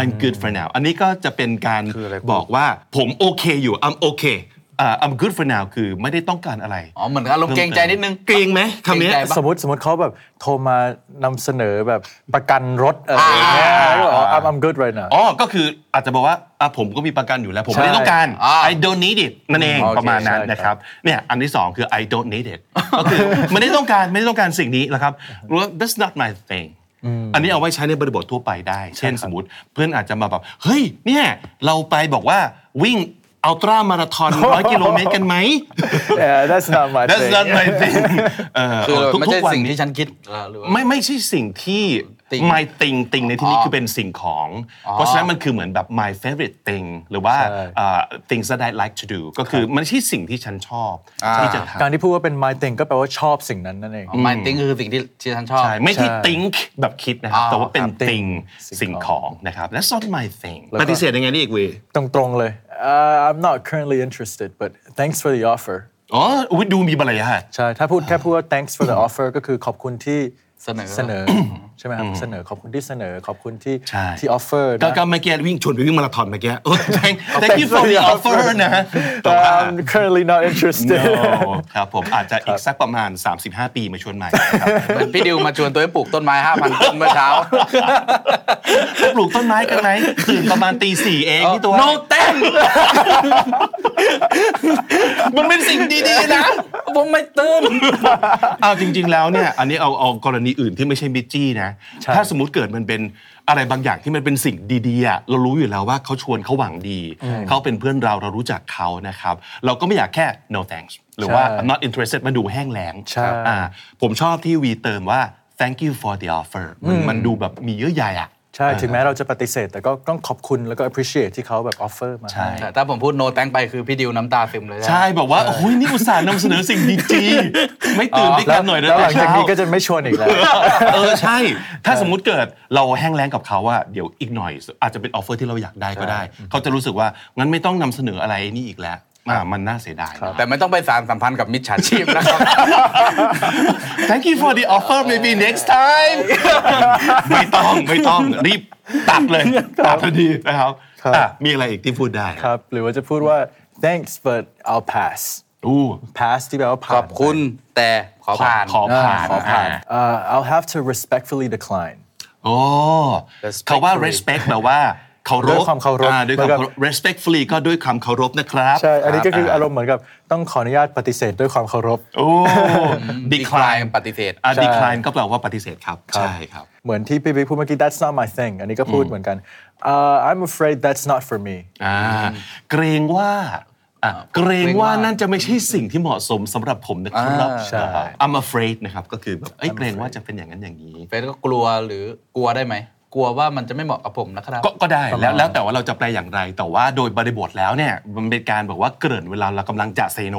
[SPEAKER 2] I'm good for now อันนี้ก็จะเป็นการ
[SPEAKER 4] คืออะไร
[SPEAKER 2] บอกว่าผมโอเคอยู่ I'm okay อ่า I'm good for now คือไม่ได้ต้องการอะไร
[SPEAKER 4] อ๋อเหมือนอารมณ์เกรงใจนิดนึง
[SPEAKER 2] เกรงไหมคำนี้
[SPEAKER 4] เกรงใจปะ
[SPEAKER 3] สมมติสมมติเขาแบบโทรมานำเสนอแบบประกันรถอะไรอย่างเงี้ยแล้วก็บอกว่า I'm I'm good right now
[SPEAKER 2] อ๋อ ก็คืออาจจะบอกว่าอ่ะผมก็มีประกันอยู่แล้ว ผมไม่ได้
[SPEAKER 3] ใช่
[SPEAKER 2] ต้องการ
[SPEAKER 4] อ่า
[SPEAKER 2] I don't need it นั่นเอง
[SPEAKER 3] โอเค
[SPEAKER 2] ประมาณนั้น
[SPEAKER 3] ใช่ครับ
[SPEAKER 2] นะครับ เนี่ยอันที่สองคือ I don't need it ก็คือ ไม่ได้ต้องการไม่ได้ต้องการสิ่งนี้นะครับหรือว่า that's not my thing อันนี้เอาไว้ใช้ในบริบททั่วไปได้ เช่นสมมติเพื่อนอาจจะมาแบบ เฮ้ย เนี่ย เราไปบอกว่าวิ่งอัลตร้ามาราธอนร้อยกิโลเมตรกันไหม
[SPEAKER 3] Yeah, that's not my
[SPEAKER 2] That's
[SPEAKER 3] thing
[SPEAKER 2] not my thing เ
[SPEAKER 4] คือแบบไม่
[SPEAKER 2] ทุก
[SPEAKER 4] ใช่
[SPEAKER 2] ๆวัน
[SPEAKER 4] สิ่งที่ฉันคิดเออหรือว่า
[SPEAKER 2] ไม่ไม่ใช่สิ่งที่
[SPEAKER 4] Thing
[SPEAKER 2] my thing thing ในที่นี้
[SPEAKER 4] อ๋อ
[SPEAKER 2] คือเป็นสิ่งของ เพราะฉะนั้นมันคือเหมือนแบบ my favorite thing หรือว่า
[SPEAKER 3] ใช่
[SPEAKER 2] เอ่อ things that I like to do ก็คือมันไม่ใช่สิ่งที่ฉันชอบ ที่จะทำ
[SPEAKER 3] การที่พูดว่าเป็น my thing ก็แปลว่าชอบสิ่งนั้นนั่นเอง
[SPEAKER 4] มันติ้งคือสิ่งที่ที่ฉันชอบ
[SPEAKER 2] ใช่ไม่ใช่
[SPEAKER 3] ใช่
[SPEAKER 2] think แบบคิดนะครับ
[SPEAKER 4] อ๋อ
[SPEAKER 2] แต่ว่าเป็น
[SPEAKER 3] ครับ
[SPEAKER 2] thing
[SPEAKER 3] thing
[SPEAKER 2] สิ่งของนะครับ that's not my thing
[SPEAKER 3] แล้วก็
[SPEAKER 2] ปฏิเสธยังไงนี่อีกเวย
[SPEAKER 3] ตรงๆเลย Uh, I'm not currently interested but thanks for the offer
[SPEAKER 2] อ๋ออุ๊ยดูมีบรรยาท
[SPEAKER 3] ใช่ ถ้ าพูดแค่พูดว่า thanks for the offer ก็คือขอบคุณที่
[SPEAKER 4] เสนอ
[SPEAKER 3] เสน อ ใช่ไหมครับ เสนอขอบคุณที่เสนอขอบคุณที่
[SPEAKER 2] ใช่
[SPEAKER 3] ที่ offer นะ
[SPEAKER 2] ก็ก็เมื่อกี้วิ่งชวนไปวิ่งมาราธอนเมื่อกี้โอ้ thank thank you for the
[SPEAKER 3] Thanks for
[SPEAKER 2] offer
[SPEAKER 3] the
[SPEAKER 2] นะ แต่
[SPEAKER 3] But
[SPEAKER 2] ว่า
[SPEAKER 3] I'm currently not interested
[SPEAKER 2] no ครับผมอาจจะอีกสักประมาณ 35 ปีมาชวนใหม่นะครับ
[SPEAKER 4] เหมือนพี่ดิวมาชวนตัวให้ปลูกต้นไม้ห้าพันต้นเมื่อเช้า
[SPEAKER 2] ปลูกต้นไม้กันไหมตื่นประมาณตีสี่เองพี่ตัว
[SPEAKER 4] no thanks
[SPEAKER 2] มันเป็นสิ่งดีๆนะ
[SPEAKER 4] ผมไม่ตื่น
[SPEAKER 2] เอาจริง ๆ แล้วเนี่ย อันนี้เอาเอากรณีอื่นที่ไม่ใช่มิจจี้นะ ถ้าสมมติเกิดมันเป็นอะไรบางอย่างที่มันเป็นสิ่งดีๆอะเรารู้อยู่แล้วว่าเขาชวนเขาหวังดี เขาเป็นเพื่อนเราเรารู้จักเขานะครับ เราก็ไม่อยากแค่ no thanks หรือว่า
[SPEAKER 3] ใช่
[SPEAKER 2] I'm not interested มันดูแห้งแล้ง
[SPEAKER 3] ใช่
[SPEAKER 2] อ่าผมชอบที่วีเติมว่า thank you for the offer มันมันดูแบบมีเยอะใหญ่อะ
[SPEAKER 3] ใช่ ถึงแม้เราจะปฏิเสธ แต่ก็ต้องขอบคุณแล้วก็ appreciate ที่เขาแบบ offer มา
[SPEAKER 2] ใช่
[SPEAKER 4] แต่ถ้าผมพูดโนแตงไปคือพี่ดิวน้ำตาซึมเลย
[SPEAKER 2] ใช่บอกว่าโอ้ยนี่อุตส่าห์นำเสนอสิ่งดีๆไม่ตื่นด้วย
[SPEAKER 3] แล้
[SPEAKER 2] กั
[SPEAKER 3] วน
[SPEAKER 2] หน่อยนะ
[SPEAKER 3] แล้วหลังจาก
[SPEAKER 2] เช้
[SPEAKER 3] นี้ก็จะไม่ชวนอีกแล้ว
[SPEAKER 2] เออใช่ ถ้าสมมุติเกิดเราแห้งแล้งกับเขาว่าเดี๋ยวอีกหน่อย อาจจะเป็นออฟเฟอร์ที่เราอยากได้ก็ได้ เขาจะรู้สึกว่า งั้นไม่ต้องนำเสนออะไรนี่อีกแล้วอ่ามันน่าเสียดายนะ
[SPEAKER 4] แต่ไม่ต้องไปสารสัมพันธ์กับมิจฉาชีพนะครับ
[SPEAKER 2] Thank you for the offer maybe next time ไม่ต้องไม่ต้องรีบตัด เลยตัดทันทีนะครับ
[SPEAKER 3] ครับ
[SPEAKER 2] อ่ะมีอะไรอีกที่พูดได้
[SPEAKER 3] ครับ หรือว่าจะพูดว่า thanks but I'll pass
[SPEAKER 2] อู้
[SPEAKER 3] pass ที่แปลว่า
[SPEAKER 4] ข
[SPEAKER 3] ผ่า
[SPEAKER 4] อน บคุณแต่ขอผ่าน
[SPEAKER 2] ขอผ่าน
[SPEAKER 3] ขอผ่าน
[SPEAKER 2] อ่า
[SPEAKER 3] เอ่อ I'll have to respectfully decline
[SPEAKER 2] โอ้เขาว่า respect แปลว่าเคารพ
[SPEAKER 3] ด้วยความเคารพ
[SPEAKER 2] อ่ด้วยความเคารพ
[SPEAKER 3] แล้วก็
[SPEAKER 2] respectfully ก็ด้วยความเคารพนะครับ
[SPEAKER 3] ใช่ อันนี้ก็คืออารมณ์เหมือนกับต้องขออนุญาตปฏิเสธด้วยความเคารพ
[SPEAKER 2] โอ้ decline
[SPEAKER 4] decline ปฏิเสธ
[SPEAKER 2] อ่า
[SPEAKER 3] ใช่
[SPEAKER 2] decline ก็แปลว่าปฏิเสธครับ ใช่ครับ
[SPEAKER 3] เหมือนที่พี่บิ๊กพูดเมื่อกี้ that's not my thing อันนี้ก็พูดเหมือนกันเอ่อ I'm afraid that's not for me
[SPEAKER 2] อ่าเกรงว่าอ่ะเกรงว่านั่นจะไม่ใช่สิ่งที่เหมาะสมสำหรับผมนะครับ
[SPEAKER 4] อ่า
[SPEAKER 3] ใช่
[SPEAKER 2] อ่า I'm afraid นะครับ ก็คือแบบเอ้ยเกรงว่าจะเป็นอย่างนั้นอย่างนี้
[SPEAKER 4] เฟซก็กลัวหรือกลัวได้ไหม กลัวว่ามันจะไม่เหมาะกับผมนะครับ
[SPEAKER 2] ก็ก็ได้แล้วแล้วแต่ว่าเราจะแปลอย่างไร แต่ว่าโดยบริบทแล้วเนี่ยมันเป็นการบอกว่าเกริ่นเวลาเรากำลังจะเซโน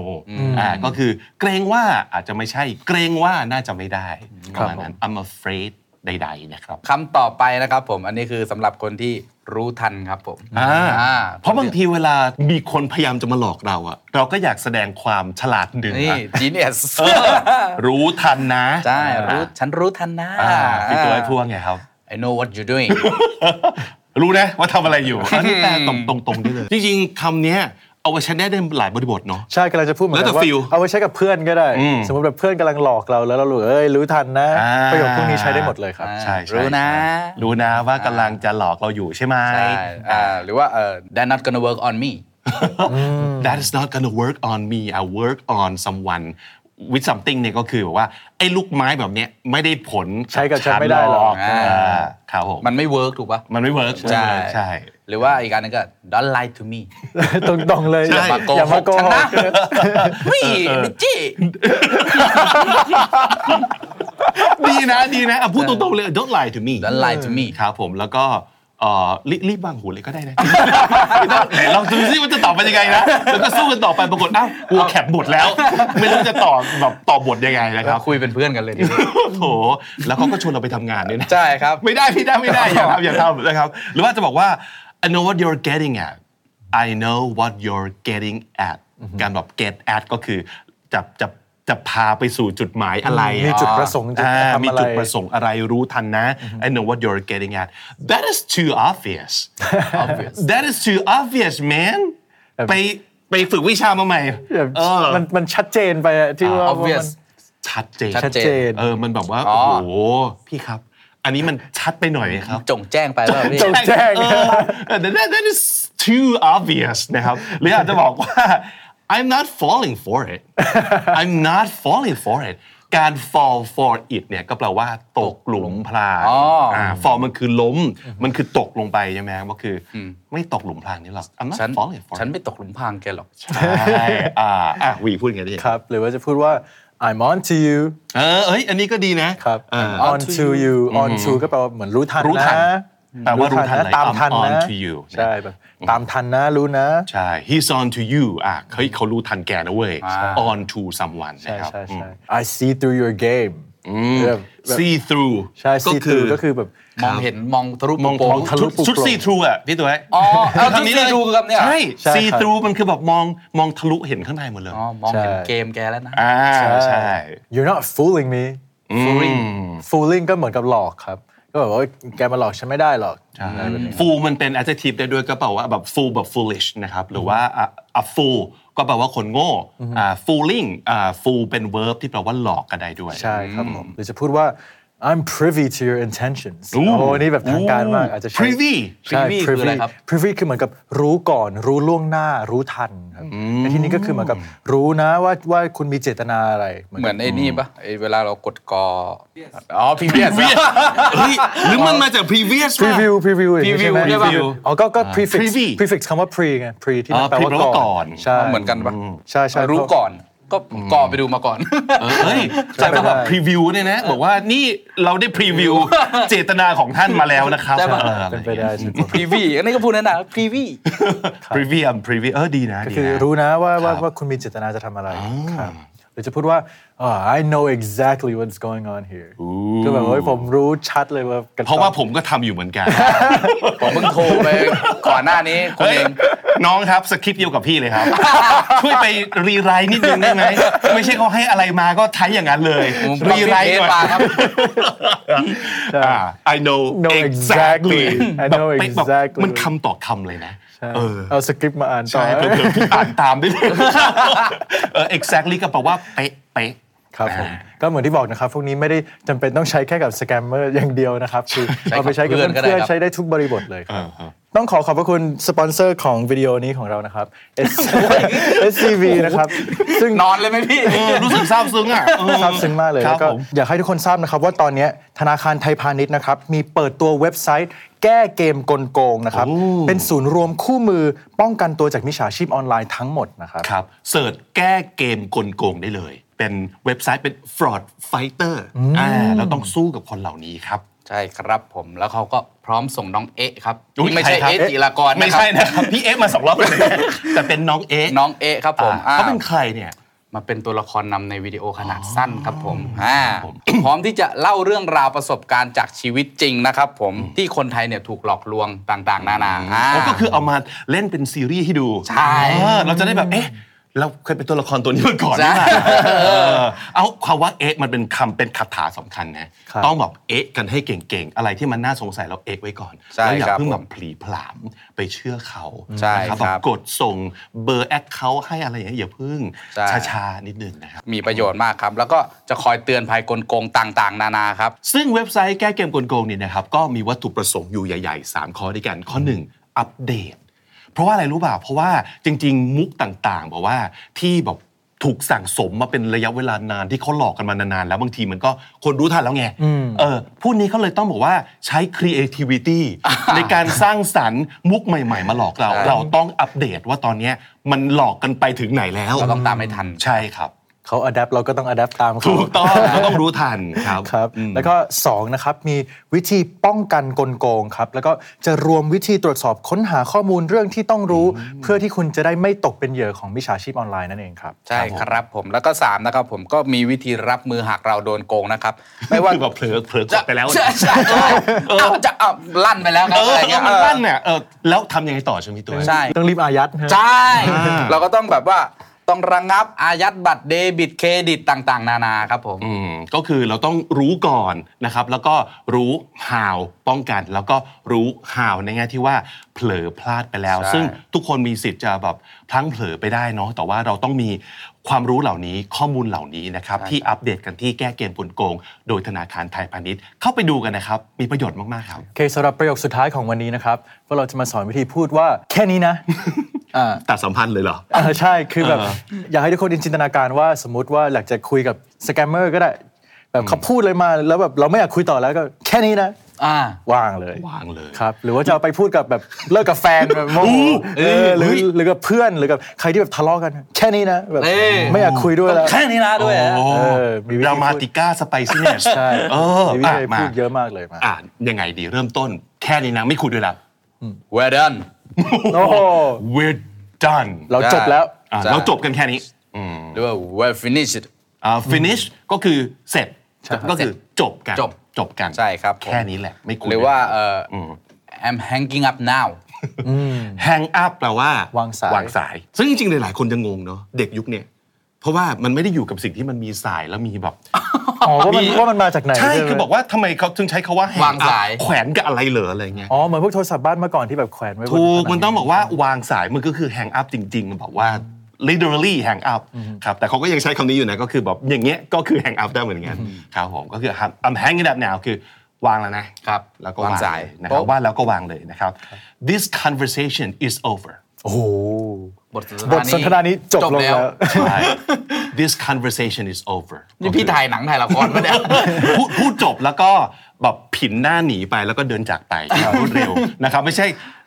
[SPEAKER 2] อ่าก็คือเกรงว่าอาจจะไม่ใช่ เกรงว่าน่าจะไม่ได้ประมาณนั้น I'm afraid ใด ๆ นะครับ
[SPEAKER 4] คำต่อไปนะครับผม อันนี้คือสำหรับคนที่รู้ทันครับผม
[SPEAKER 2] อ่า
[SPEAKER 4] อ่
[SPEAKER 2] เพราะบางทีเวลามีคนพยายามจะมาหลอกเราอะเราก็อยากแสดงความฉลาดเหนือ
[SPEAKER 4] นี่ genius
[SPEAKER 2] รู้ทันนะ
[SPEAKER 4] ใช่รู้ฉันรู้ทันนะ
[SPEAKER 2] อ่าพี่ตัวไอ้พวงไงครับ
[SPEAKER 4] อ่า I know what you doing
[SPEAKER 2] รู้นะว่าทำอะไรอยู่ อันนี้แปลตรงตรงตรงๆได้ เลย จริงๆคำเนี้ยเอาไว้ใช้ได้ในหลายบริบทเนาะ
[SPEAKER 3] ใช่กำลังจะพูดเหมือน
[SPEAKER 2] แล้ว
[SPEAKER 3] กั
[SPEAKER 2] แต่
[SPEAKER 3] นว่า
[SPEAKER 2] feel
[SPEAKER 3] เอาไว้ใช้กับเพื่อนก็ได้ สมมติแบบเพื่อนกำลังหลอกเราแล้วเราหลุดเอ้ยรู้ทันนะ
[SPEAKER 2] อ่า
[SPEAKER 3] ประโยคพวกนี้ใช้ได้หมดเลยครับ
[SPEAKER 4] อ่า
[SPEAKER 2] ใช่ใช่
[SPEAKER 4] รู้นะ
[SPEAKER 2] ใช่รู้นะว่ากำลังจะหลอกเราอยู่ใช่ไหม
[SPEAKER 4] ใช่อ่าหรือว่าเออ they're not gonna work on me
[SPEAKER 2] That is not gonna work on me I work on someone with something เนี่ยก็คือแบบว่าไอ้ลูกไม้แบบเนี้ยไม่ได้ผล
[SPEAKER 3] ใช้กับฉันไม่ได้หรอก
[SPEAKER 2] อ่าครับผม
[SPEAKER 4] มันไม่ work ถูกปะ
[SPEAKER 2] มันไม่เวิร์กใช่ ใช่
[SPEAKER 4] หรือว่าอีกอันนึงก็ don't lie to me
[SPEAKER 3] ตรงๆเลย
[SPEAKER 2] ใช่
[SPEAKER 3] อย่ามาโก
[SPEAKER 4] ฉัน
[SPEAKER 3] ห
[SPEAKER 4] นะ
[SPEAKER 3] ก
[SPEAKER 4] เฮ้ยมิจิ
[SPEAKER 2] ดีนะดีนะอ่ะพูดตรงๆเลย don't lie to me
[SPEAKER 4] Don't lie to me
[SPEAKER 2] ครับผมแล้วก็เอ่อรีบรีบบางหูเลยก็ได้นะ ไหนลองดูซิว่าจะตอบเป็นยังไงนะแล้วก็สู้กันต่อไปปรากฏอ้าวกูแคปบทแล้ว ไม่รู้จะตอบแบบตอบบทยังไงนะครับ
[SPEAKER 4] คุยเป็นเพื่อนกันเลยดีกว่า
[SPEAKER 2] โถแล้วเขาก็ชวนเราไปทำงานด้วยนะ
[SPEAKER 4] ใช่ครับ
[SPEAKER 2] ไม่ได้ไม่ได้ไม่ได้อย่าทำอย่าทำนะครับ หรือว่าจะบอกว่า I know what you're getting at I know what you're getting at การแบบ get at ก็คือจะจะจะพาไปสู่จุดหมายอะไร
[SPEAKER 3] มีจุดประสงค์จะ
[SPEAKER 2] อ่า
[SPEAKER 3] ทำอะไร
[SPEAKER 2] มีจุดประสงค์อะไรรู้ทันนะ I know what you're getting at that is too obvious
[SPEAKER 4] obvious
[SPEAKER 2] that is too obvious man ไปไปฝึกวิชามาใหม่
[SPEAKER 3] แบบ
[SPEAKER 2] เออ
[SPEAKER 3] มันมันชัดเจนไปอะที่ว่ามัน
[SPEAKER 4] obvious
[SPEAKER 2] ชัดเจน
[SPEAKER 4] ชั
[SPEAKER 3] ชั
[SPEAKER 4] ด
[SPEAKER 3] ด
[SPEAKER 4] เจน
[SPEAKER 3] เจน
[SPEAKER 2] เออมันแบบว่า โอ้โห พี่ครับ อันนี้มันชัดไปหน่อยครับ
[SPEAKER 4] จงแจ้งไปแล้วพี่
[SPEAKER 3] จง แจ้ง
[SPEAKER 2] เออ that that is too obvious นะครับหรืออาจจะบอกว่า I'm not falling for it I'm not falling for it การ fall for it เนี่ยก็แปลว่าตกหลุมพราง
[SPEAKER 4] อ๋ออ่
[SPEAKER 2] า fall มันคือล้ม มันคือตกลงไปใช่ไหมก็คืออไม่ตกหลุมพรางนี่หรอก I'm not
[SPEAKER 4] ฉัน
[SPEAKER 2] falling for
[SPEAKER 4] ฉัน
[SPEAKER 2] it
[SPEAKER 4] ไม่ตกหลุมพรางแกหรอก
[SPEAKER 2] ใช่อ่าอ่ะวีพูดไงดิ
[SPEAKER 3] ครับ หรือว่าจะพูดว่า I'm on to you
[SPEAKER 2] เออเอ้ยอันนี้ก็ดีนะครับ เออ
[SPEAKER 3] on to you on to ก็แปลว่าเหมือนรู้ทัน
[SPEAKER 2] รู้ทัน
[SPEAKER 3] นะ
[SPEAKER 2] แต่ว่ารู้ทัน
[SPEAKER 3] นะ
[SPEAKER 2] อะไร
[SPEAKER 3] ตามทัน
[SPEAKER 2] I'm on
[SPEAKER 3] นะ
[SPEAKER 2] to you
[SPEAKER 3] ใช่แบบตามทันนะรู้นะ
[SPEAKER 2] ใช่ he's on to you อ่ะเฮ้ยเขารู้ทันแกนะเว้ย on to someone นะ
[SPEAKER 3] ใช่
[SPEAKER 2] ครับ
[SPEAKER 3] ใช่
[SPEAKER 2] อืม
[SPEAKER 3] ใช่ I see through your game แบบแบบ
[SPEAKER 2] see through
[SPEAKER 3] ใช่ see through ก็คือแบบ
[SPEAKER 4] มองเห็นมองทะลุ
[SPEAKER 2] มอง
[SPEAKER 4] โปร่
[SPEAKER 2] ม
[SPEAKER 4] ง
[SPEAKER 2] อง
[SPEAKER 3] ทะลุ
[SPEAKER 2] ชุด
[SPEAKER 3] ปลุก
[SPEAKER 2] ชุด
[SPEAKER 3] ปลง
[SPEAKER 2] see through อ่ะพี่ตัวไอ้
[SPEAKER 4] อ๋อเอา
[SPEAKER 2] คำ
[SPEAKER 4] ชุด see through ครับเนี่ย
[SPEAKER 2] ใช่
[SPEAKER 3] ใช่ครับ
[SPEAKER 2] see through มันคือแบบมองมองทะลุเห็นข้างในหมดเลย
[SPEAKER 4] อ๋อมองเห็น
[SPEAKER 3] ใช่
[SPEAKER 4] เกมแกแล้วนะ
[SPEAKER 2] อ่าใช่
[SPEAKER 3] You're not fooling me
[SPEAKER 4] Fooling
[SPEAKER 3] fooling ก็เหมือนกับหลอกครับ ก็แบบว่าแกมาหลอกฉันไม่ได้หรอก
[SPEAKER 2] ฟูมันเป็น adjective ได้ด้วยก็แปลว่าแบบ fool แบบ foolish นะครับ หรือว่า a- a fool ก็แปลว่าคนโง่อ่า fooling อ่า fool เป็น verb ที่แปลว่าหลอกก็ได้ด้วย
[SPEAKER 3] ใช่ครับผมหรือจะพูดว่า I'm privy to your intentions โอ้นี่แบบทางการมากอาจจะใช้
[SPEAKER 2] privy
[SPEAKER 3] ใช่
[SPEAKER 4] privy คืออะไรครับ
[SPEAKER 3] privy คือเหมือนกับรู้ก่อนรู้ล่วงหน้ารู้ทันครับในที่นี้ก็คือเหมือนกับรู้นะว่าว่าคุณมีเจตนาอะไรเหมือน
[SPEAKER 4] เหมือนไอ้นี่ปะไอ้เวลาเรากดกออ๋อพีเบียส
[SPEAKER 2] เฮ้ยหรือมันมาจาก previous
[SPEAKER 3] พรี
[SPEAKER 2] ป่ะ
[SPEAKER 3] วิวพรีวิวอย่างนี้
[SPEAKER 4] preview
[SPEAKER 3] ใช่ไหม
[SPEAKER 4] ใช่ปะ
[SPEAKER 2] preview
[SPEAKER 3] อ๋อก็ก็ prefix
[SPEAKER 2] privy
[SPEAKER 3] prefix คำว่า pre ไง pre ที่
[SPEAKER 2] อ๋
[SPEAKER 3] มั
[SPEAKER 2] อ
[SPEAKER 3] นแปล
[SPEAKER 2] pre แปลว่า
[SPEAKER 3] ว่า
[SPEAKER 2] ก่
[SPEAKER 3] ก่
[SPEAKER 2] อ
[SPEAKER 3] อน นใช่
[SPEAKER 4] เหมือนกันปะ
[SPEAKER 3] ใช่ใช่
[SPEAKER 4] รู้ก่อน ก็ก่อไปดูมาก่อน
[SPEAKER 2] เฮ้ยจะมาแบบพรีวิวเนี่ยนะบอกว่านี่เราได้พรีวิวเจตนาของท่านมาแล้วนะครับ
[SPEAKER 4] ใช่ปะ
[SPEAKER 2] อออะร
[SPEAKER 3] เป็นไป
[SPEAKER 2] อย่าง
[SPEAKER 3] ได้
[SPEAKER 2] งี้ย
[SPEAKER 3] ใช่ไหม
[SPEAKER 4] พรีวีอันนี้ก็พูดนั่นนะพรีวี
[SPEAKER 2] พรีเวียมพรีเวียเออดีนะ
[SPEAKER 3] ก็
[SPEAKER 2] ดี
[SPEAKER 3] คือ
[SPEAKER 2] นะ
[SPEAKER 3] รู้นะว่าว่าว่าคุณมีเจตนาจะทำอะไรครับหรือจะพูดว่าอ่า I know exactly what's going on here ก็แบบว่าเฮ้ยผมรู้ชัดเลยว่ากัน
[SPEAKER 2] เพราะว่าผมก็ทำอยู่เหมือนกัน
[SPEAKER 4] ผมเพิ่งโทรไปก่อนหน้านี้คุณ
[SPEAKER 2] เฮ้ย
[SPEAKER 4] เอง
[SPEAKER 2] น้องครับสคริปต์เดียวกับพี่เลยครับ ช่วยไปรีไรต์นิดนึงได้ไหมไม่ใช่เขาให้อะไรมาก็ใช้อย่างนั้นเลย
[SPEAKER 4] ผม
[SPEAKER 2] รีไรต์ก่อ
[SPEAKER 4] ปาน ครับ
[SPEAKER 2] อ่า I know
[SPEAKER 3] know
[SPEAKER 2] exactly
[SPEAKER 3] exactly I know
[SPEAKER 2] เป๊ะแบบ
[SPEAKER 3] exactly
[SPEAKER 2] มันคำต่อคำเลยนะ เออ
[SPEAKER 3] เอาสคริปต์มาอ่านต่อ
[SPEAKER 2] ใช่เพื่อๆอ่านตามด้วย เออ exactly ก็แปลว่าเป๊ะเป๊ะ
[SPEAKER 3] ครับผมก็เหมือนที่บอกนะครับ พวกนี้ไม่ได้จำเป็นต้องใช้แค่กับสแกมเมอร์อย่างเดียวนะครับคือเอาไปใช้กับ
[SPEAKER 4] ใช้กับเพื่อนก็ได้
[SPEAKER 3] เพื่อน
[SPEAKER 4] ครับ
[SPEAKER 3] ๆใช้ได้ทุกบริบทเลยครับต้องขอขอบพระคุณสปอนเซอร์ของวิดีโอนี้ของเรานะครับ S- SCV นะครับ ซึ่ง
[SPEAKER 4] นอนเลยไหมพี่
[SPEAKER 2] เออรู้สึกซาบซึ้งอ่ะเออ
[SPEAKER 3] ซาบซึ้งมากเลย
[SPEAKER 2] ค
[SPEAKER 3] แล้
[SPEAKER 2] รับ
[SPEAKER 3] วก็
[SPEAKER 2] ผม
[SPEAKER 3] อยากให้ทุกคนทราบนะครับ ว่าตอนนี้ธนาคารไทยพาณิชย์นะครับ มีเปิดตัวเว็บไซต์ แก้เกมกลโกงนะครับ เป็นศูนย์รวมคู่มือป้องกันตัวจากมิจฉาชีพออนไลน์ทั้งหมดนะครับ
[SPEAKER 2] ครับเสิร์ชแก้เกมกลโกงได้เลย เป็นเว็บไซต์เป็น fraud fighter อ่าแล้วต้องสู้กับคนเหล่านี้ครับ
[SPEAKER 4] ใช่ครับผมแล้วเขาก็พร้อมส่งน้องเอ๊ะครับ
[SPEAKER 2] อุ๊ย
[SPEAKER 4] ที่ไม่ใช่
[SPEAKER 2] ครครับ
[SPEAKER 4] เอ๊ะจิรากร
[SPEAKER 2] ไม่
[SPEAKER 4] นะครับ
[SPEAKER 2] ใช่นะครับ พี่เอ๊ะมาสองรอบแล้วนะแต่เป็นน้องเอ๊ะ
[SPEAKER 4] น้องเอ๊ะครับผม
[SPEAKER 2] อ่า
[SPEAKER 4] อ่า
[SPEAKER 2] เขาเป็นใครเนี่ย
[SPEAKER 4] มาเป็นตัวละครนำในวิดีโอขนาดสั้นครับผมอ่า พร้อมที่จะเล่าเรื่องราวประสบการณ์จากชีวิตจริงนะครับผมที่คนไทยเนี่ยถูกหลอกลวงต่างๆ นานาอ่า
[SPEAKER 2] ก็คือเอามาเล่นเป็นซีรีส์ให้ดู
[SPEAKER 4] ใช่
[SPEAKER 2] เออเราจะได้แบบ เอ๊ะ เราเคยเป็นตัวละครตัวนี้มาก่อน
[SPEAKER 4] ใช่
[SPEAKER 2] นี่หว่าเออเอาคำว่าเอ๊ะมันเป็นคำเป็นคาถาสำคัญนะ
[SPEAKER 3] ครับ
[SPEAKER 2] ต้องแบบเอ๊ะกันให้เก่งๆ อะไรที่มันน่าสงสัยเราเอ๊ะไว้ก่อน
[SPEAKER 4] ใช่
[SPEAKER 2] แล้วอย่า
[SPEAKER 4] ครับ
[SPEAKER 2] เพิ่งแบบผลีผลามไปเชื่อเขา
[SPEAKER 4] ใช่
[SPEAKER 2] นะครับแบบกดส่งเบอร์แอคเคาท์ให้อะไรอย่างเงี้ยอย่าเพิ่ง
[SPEAKER 4] ใช่
[SPEAKER 2] ช้าๆนิดนึงนะครับ
[SPEAKER 4] มีประโยชน์มากครับ แล้วก็จะคอยเตือนภัยกลโกงต่างๆ นานาครับ
[SPEAKER 2] ซึ่งเว็บไซต์แก้เกมกลโกงเนี่ยนะครับก็มีวัตถุประสงค์อยู่ใหญ่ๆ 3 ข้อด้วยกัน ข้อ 1 อัปเดต เพราะว่าอะไรรู้ป่ะเพราะว่าจริง ๆ มุกต่างๆบอกว่าที่แบบถูกสั่งสมมาเป็นระยะเวลานานที่เขาหลอกกันมานานๆ แล้วบางทีมันก็คนรู้ทันแล้วไงเออผู้นี้เขาเลยต้องบอกว่าใช้ creativity ในการสร้างสรรค์มุกใหม่ ๆ มาหลอกเรา
[SPEAKER 4] ใช่
[SPEAKER 2] เราต้องอัปเดตว่าตอนเนี้ยมันหลอกกันไปถึงไหนแล้ว
[SPEAKER 4] เราต้องตามให้ทัน
[SPEAKER 2] ใช่ครับ
[SPEAKER 3] เขาอัดแอปเราก็ต้องอัดแอปตามเขา
[SPEAKER 2] ถูกต้องเราต้องรู้ทันครับ
[SPEAKER 3] ครับแล้วก็2นะครับมีวิธีป้องกันกลโกงครับแล้วก็จะรวมวิธีตรวจสอบค้นหาข้อมูลเรื่องที่ต้องรู้ เพื่อที่คุณจะได้ไม่ตกเป็นเหยื่อของมิจฉาชีพออนไลน์นั่นเองครับ
[SPEAKER 4] ใช่ครับผมแล้วก็สามนะครับผมก็มีวิธีรับมือหากเราโดนโกงนะครับ ไม่ว่า
[SPEAKER 2] คือ แบบเผลอเผลอกดไปแล้ว
[SPEAKER 4] ใช่ใช่ใช่เอาจะเอาลั่นไปแล้วครับ
[SPEAKER 2] เออ
[SPEAKER 4] อะไร
[SPEAKER 2] แล้
[SPEAKER 4] เงี้
[SPEAKER 2] วย มันลั่นเนี่ยเออแล้วทำยังไงต่อใช่ไหมพี่ตัว
[SPEAKER 4] ใช่
[SPEAKER 3] ต้องรีบอายัดนะฮะ
[SPEAKER 4] ใช่ เราก็ต้องแบบว่าต้องระงับอายัดบัตรเดบิตเครดิตต่าง ๆ นานาครับผม
[SPEAKER 2] อืมก็คือเราต้องรู้ก่อนนะครับ แล้วก็รู้ how ป้องกัน แล้วก็รู้ how ในแง่ที่ว่าเผลอพลาดไปแล้ว
[SPEAKER 4] ใช่
[SPEAKER 2] ซึ่งทุกคนมีสิทธิ์จะแบบพลั้งเผลอไปได้เนาะแต่ว่าเราต้องมีความรู้เหล่านี้ข้อมูลเหล่านี้นะครับ ที่อัปเดตกันที่แก้เกมกลโกง โดยธนาคารไทยพาณิชย์เข้าไปดูกันนะครับ มีประโยชน์มาก ๆ ครับ
[SPEAKER 3] โอเคสำหรับประโยคสุดท้ายของวันนี้นะครับพวกเราจะมาสอนวิธีพูดว่าแค่นี้นะ อ่า
[SPEAKER 2] ตัดสัมพันธ์เลยเหรอ
[SPEAKER 3] อ่าใช่คือแบบ
[SPEAKER 2] เออ
[SPEAKER 3] อยากให้ทุกคนจินตนาการว่าสมมติว่าอยากจะคุยกับสแกมเมอร์ก็ได้แบบเขาพูดเลยมาแล้วแบบเราไม่อยากคุยต่อแล้วก็แค่นี้นะ
[SPEAKER 4] อ่า
[SPEAKER 3] วางเลยว
[SPEAKER 2] างเลย
[SPEAKER 3] ครับ หรือว่าจะเอาไปพูดกับแบบเลิกกับแฟ นแบบโมโหเออหรือหรือกับเพื่อนหรือกับใครที่แบบทะเลาะกัน แค่นี้นะแบบ
[SPEAKER 4] เอ้ย
[SPEAKER 3] ไม่อยากคุยด้วยแล้ว
[SPEAKER 4] แค่นี้นะด้วยฮะ
[SPEAKER 2] โอ้
[SPEAKER 3] เออมีวิธีพู
[SPEAKER 2] ด
[SPEAKER 3] ด
[SPEAKER 2] รามาติก้าสไปซิเนส
[SPEAKER 3] ใช่
[SPEAKER 2] เออ
[SPEAKER 3] มีวิ
[SPEAKER 2] อ่ะ
[SPEAKER 3] ธี
[SPEAKER 2] มา
[SPEAKER 3] พูดเยอะมากเลยมา
[SPEAKER 2] อ่ะยังไงดีเริ่มต้น แค่นี้นะไม่คุยด้วยละ
[SPEAKER 4] well done
[SPEAKER 3] โอ้โห
[SPEAKER 2] we're done
[SPEAKER 3] เราจบแล้ว
[SPEAKER 2] อ่ะ
[SPEAKER 4] ใช่
[SPEAKER 2] เราจบกันแค่นี้อืม
[SPEAKER 4] หรือว่า well finished
[SPEAKER 2] อ่า finish ก็คือเสร็จก็คือจบกัน
[SPEAKER 4] จบ
[SPEAKER 2] จบกัน
[SPEAKER 4] ใช่ครับผม
[SPEAKER 2] แค่นี้แหละไม่คุย
[SPEAKER 4] หรือว่าเอ่ออ
[SPEAKER 2] ม
[SPEAKER 4] I'm hanging up now
[SPEAKER 2] hang up แปลว่า
[SPEAKER 3] วางสาย
[SPEAKER 2] วางสาย ซึ่งจริงๆ หลายๆ คนจะงงเนาะเด็กยุคเนี่ยเพราะว่ามันไม่ได้อยู่กับสิ่งที่มันมีสายแล้วมีแบบ
[SPEAKER 3] อ๋อว่ามันว่ามันมาจากไหน
[SPEAKER 2] ใช่
[SPEAKER 3] ไหม
[SPEAKER 2] คือบอกว่าทำไมเขาถึงใช้คาว่า hang
[SPEAKER 4] วาง
[SPEAKER 2] up
[SPEAKER 4] สาย
[SPEAKER 2] แขวนกับอะไรเหรออะไรเงี้ย
[SPEAKER 3] อ๋อ เหมือนพวกโทรศัพท์บ้านเมื่อก่อนที่แบบแขวนไว้บ
[SPEAKER 2] ถูก
[SPEAKER 3] ผ
[SPEAKER 2] มันต้องบอกว่าวางสายมันก็คือ hang up จริงๆบอกว่า literally hang up ครับแต่เขาก็ยังใช้คำนี้อยู่นะก็คือแบบอย่างเงี้ยก็คือ hang up ได้เหมือนกันครับผมก็คือ I'm- I'm hanging up now คือวางแล้วนะครับ แล้วก็
[SPEAKER 4] วางสาย
[SPEAKER 2] เลนะครับว่าแล้วก็วางเลยนะครับ this conversation is over
[SPEAKER 3] โอ้โห
[SPEAKER 4] บทสนท
[SPEAKER 3] บ
[SPEAKER 4] นา
[SPEAKER 3] ท
[SPEAKER 4] นี้
[SPEAKER 3] สนทนานี้จบลงแล้ว
[SPEAKER 2] ใช่ this conversation is over
[SPEAKER 4] นี่พี่ถ่ายหนังถ่ายละครมาเนี่ย
[SPEAKER 2] พูดพูดจบแล้วก็ แบบผินหน้าหนีไปแล้วก็เดินจากไปอย่างรวดเร็วนะครับไม่ใช่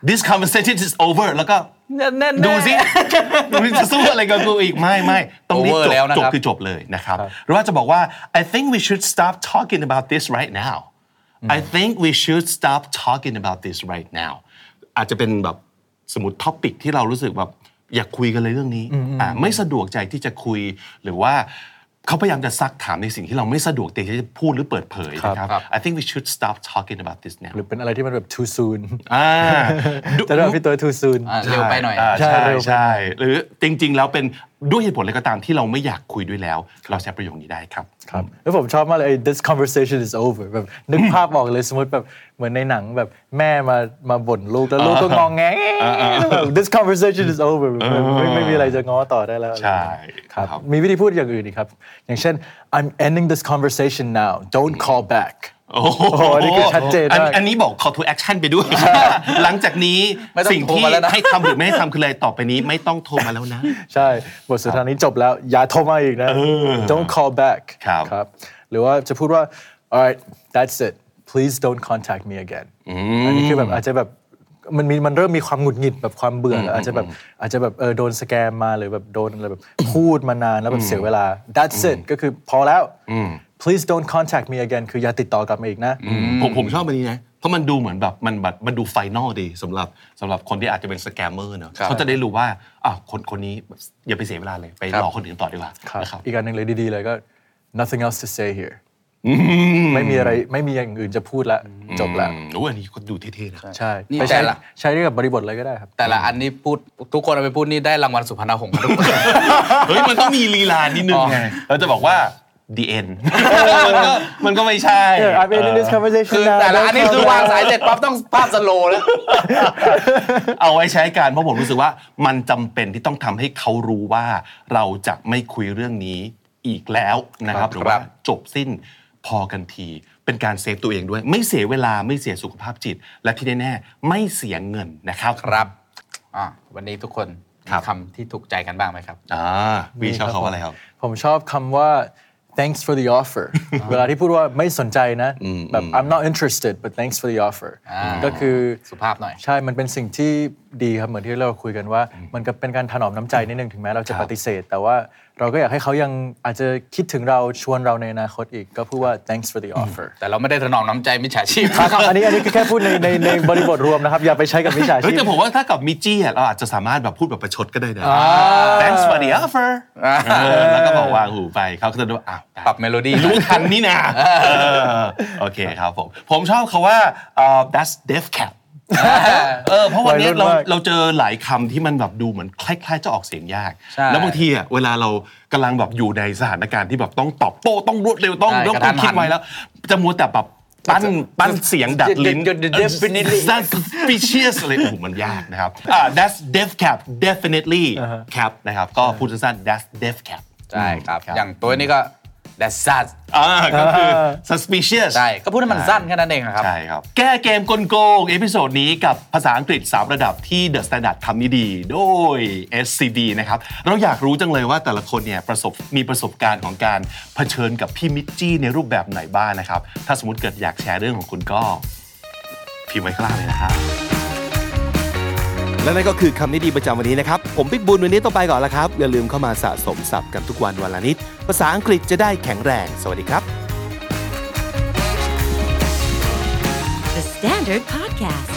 [SPEAKER 2] this conversation is over แล้วก็ดูสิดูสิจะสู้อะไรกับกูอีกไม่ไม่ต้องรีบ
[SPEAKER 4] Over
[SPEAKER 2] จบ
[SPEAKER 4] แล้วนะ
[SPEAKER 2] จ
[SPEAKER 4] ครับ บ
[SPEAKER 2] คือจบเลยนะครับหรือว่าจะบอกว่า I think we should stop talking about this right now I think we should stop talking about this right now อาจจะเป็นแบบสมมติท็อปิกที่เรารู้สึกแบบอยากคุยกันเลยเรื่องนี้อ่าไม่สะดวกใจที่จะคุยหรือว่าเขาพยายามจะซักถามในสิ่งที่เราไม่สะดวกใจที่จะพูดหรือเปิดเผยนะครับ
[SPEAKER 4] ครับ
[SPEAKER 2] I think we should stop talking about this now
[SPEAKER 3] หรือเป็นอะไรที่มันแบบ too soon
[SPEAKER 2] อ่า
[SPEAKER 3] แต่สำหรับพี่ตัว too soon
[SPEAKER 4] อ่าเร็วไปหน่อย
[SPEAKER 2] า
[SPEAKER 3] ใช่
[SPEAKER 2] ใช่
[SPEAKER 3] เร็วไป
[SPEAKER 2] ใช่หรือจริง ๆ แล้วเป็นด้วยเหตุผลอะไรก็ตามที่เราไม่อยากคุยด้วยแล้ว เราใช้ประโยคนี้ได้ครับ
[SPEAKER 3] ครับแล้วผมชอบมากเลยไอ้ this conversation is over แบบนึกภาพออกเลยสมมติแบบเหมือนในหนังแบบแม่มามาบ่นลูกแล้วลูกก็งองแงแล้วแบบ this conversation is over แบบไม่ไม่มีอะไรจะง้อต่อได้แล้ว
[SPEAKER 2] ใช่
[SPEAKER 3] ครับ
[SPEAKER 2] ครับ
[SPEAKER 3] มีวิธีพูดอย่างอื่นอีกครับ อย่างเช่น I'm ending this conversation now don't call back
[SPEAKER 2] โอ้โห
[SPEAKER 3] โหอันนี้คือชัดเจนมาก
[SPEAKER 2] อัอันนี้บอก call to action ไปด้วย หลังจากนี้
[SPEAKER 4] ไม่ต้อง
[SPEAKER 2] สิ่งที่
[SPEAKER 4] โทรมาแล้วนะ
[SPEAKER 2] ให้ทำหรือไม่ให้ทำคืออะไรต่อไปนี้ไม่ต้องโทรมาแล้วนะ
[SPEAKER 3] ใช่ บทสนทนานี้จบแล้ว อย่าโทรมาอีกนะ don't call back
[SPEAKER 2] ครับ
[SPEAKER 3] ครับ หรือว่าจะพูดว่า alright that's it please don't contact me again อันนี้คือแบบอาจจะแบบมันมีมันเริ่มมีความหงุดหงิดแบบความเบื่อแล้วอาจจะแบบอาจจะแบบเออโดนสแกมมาหรือแบบโดนอะไรแบบพูดมานานแล้วแบบเสียเวลา that's it ก็คือพอแล้ว please don't contact me again คืออย่าติดต่อกลับมาอีกนะ
[SPEAKER 2] ผมผมชอบอันนี้นะ เพราะมันดูเหมือนแบบมันแบบมันดูไฟนอลดีสำหรับสำหรับคนที่อาจจะเป็นสแกมเมอร์เนอะ
[SPEAKER 4] ครับ
[SPEAKER 2] เขาจะได้รู้ว่าอ้าวคนคนนี้อย่าไปเสียเวลาเลยไปหลอกคนอื่นต่อดีกว่า
[SPEAKER 3] ครับ
[SPEAKER 2] นะครับ
[SPEAKER 3] อีกอันหนึ่งเลยดีๆเลยก็ nothing else to say here ไม่มีอะไรไม่มีอย่างอื่นจะพูดละจบละ
[SPEAKER 2] อืมโอ้อันนี้ก็ดูเท่ๆนะ
[SPEAKER 3] ใช่
[SPEAKER 4] นี่
[SPEAKER 3] ไปใช้
[SPEAKER 4] แต่ละ
[SPEAKER 3] ใช้ได้กับบริบทอะไรก็ได้ครับ
[SPEAKER 4] แต่ละอันนี้พูดทุกคนเอาไปพูดนี่ได้รางวัลสุพรรณหงส์มา ทุกคน
[SPEAKER 2] เฮ้ย มันต้องมีลีลานิดนึงไงเราจะบอกว่า the end มันก็มันก็ไม่ใช่
[SPEAKER 3] I've ended this conversation
[SPEAKER 4] คือ
[SPEAKER 3] now
[SPEAKER 4] แต่ละอันนี้คือวางสายเสร็จปั๊บต้องภาพสโลว์แล้ว
[SPEAKER 2] เอาไว้ใช้การเพราะผมรู้สึกว่ามันจำเป็นที่ต้องทำให้เขารู้ว่าเราจะไม่คุยเรื่องนี้อีกแล้วนะครับ
[SPEAKER 4] ครับ
[SPEAKER 2] หรือว่า
[SPEAKER 4] ครับ
[SPEAKER 2] จบสิ้นพอกันที เป็นการเซฟตัวเองด้วย ไม่เสียเวลาไม่เสียสุขภาพจิต และที่แน่ๆไม่เสียเงินนะครับ
[SPEAKER 4] ครับอ่ะวันนี้ทุกคนมี
[SPEAKER 2] ครับ
[SPEAKER 4] คำที่ถูกใจกันบ้างไหมครับ
[SPEAKER 2] อ่าวีชอบเขาว่าอะไรครับ
[SPEAKER 3] ผมชอบคำว่า thanks for the offer เวลาที่พูดว่าไม่สนใจนะ แบบ I'm not interested but thanks for the offer ก็คือ
[SPEAKER 4] สุภาพหน่อย
[SPEAKER 3] ใช่ มันเป็นสิ่งที่ดีครับ เหมือนที่เราคุยกันว่า มันก็เป็นการถนอมน้ำใจนิดนึงถึงแม้เราจะปฏิเสธ แต่ว่าเราก็อยากให้เขายังอาจจะคิดถึงเราชวนเราในอนาคตอีก ก็พูดว่า thanks for the offer
[SPEAKER 4] แต่เราไม่ได้ถนอมน้ำใจมิจฉาชีพ
[SPEAKER 3] ครับอันนี้อันนี้คือแค่พูดในในในบริบทรวมนะครับ อย่าไปใช้กับมิจฉา
[SPEAKER 2] เฮ้ย
[SPEAKER 3] ชีพ
[SPEAKER 2] แต่ผมว่าถ้ากับมิจี้อ่ะเราอาจจะสามารถแบบพูดแบบประชดก็ได้นะ thanks for the offer เออแล้วก็บอกวางหูไปเขาก็จะดูว่าอ้าว
[SPEAKER 4] ปรับเมโลดี้
[SPEAKER 2] รู้ทันนี่นะเออโอเคครับผม ผมชอบคาว่าเอ่อ that's deaf cat เออเพราะวันเนี้ยเรา
[SPEAKER 3] วัยรุ่นมาก
[SPEAKER 2] เราเจอหลายคำที่มันแบบดูเหมือนคล้าย ๆ จะออกเสียงยาก
[SPEAKER 4] ใช่
[SPEAKER 2] แล้วบางทีอ่ะเวลาเรากำลังแบบอยู่ในสถานการณ์ที่แบบต้องตอบโต้ต้องรวดเร็วต้อง
[SPEAKER 4] ใช่
[SPEAKER 2] ต้อง
[SPEAKER 4] กระทันหัน
[SPEAKER 2] คิดไวแล้ว จะมัวแต่แบบปั้นปั้นเสียงดัดลิ้น
[SPEAKER 4] Definitely
[SPEAKER 2] that suspicious อะไรโอ้โหมันยากนะครับอ่า that's deaf cap definitely cap นะครับ ก็พูดสั้นๆ that's deaf cap
[SPEAKER 4] ใช่ครับ อย่างตัวนี้ก็ that's sad
[SPEAKER 2] อ่าก็คือ suspicious
[SPEAKER 4] ใช่ ก็พูดให้มันสั้นแค่นั้นเองครับ
[SPEAKER 2] ใช่ครับ แก้เกมกลโกง เอพิโซดนี้กับภาษาอังกฤษ 3 ระดับที่ The Standard ทำนิดี โดย SCB นะครับ เราอยากรู้จังเลยว่าแต่ละคนเนี่ยประสบมีประสบการณ์ของการเผชิญกับพี่มิจจี้ในรูปแบบไหนบ้างนะครับ ถ้าสมมติเกิดอยากแชร์เรื่องของคุณก็พิมพ์ไว้ข้างล่างเลยนะครับ
[SPEAKER 5] และนั่นก็คือคำนิยมประจำวันนี้นะครับ ผมบิ๊กบุญวันนี้ต้องไปก่อนแล้วครับ อย่าลืมเข้ามาสะสมศัพท์กันทุกวันวันละนิด ภาษาอังกฤษจะได้แข็งแรง สวัสดีครับ
[SPEAKER 1] The Standard Podcast,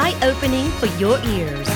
[SPEAKER 1] eye opening for your ears.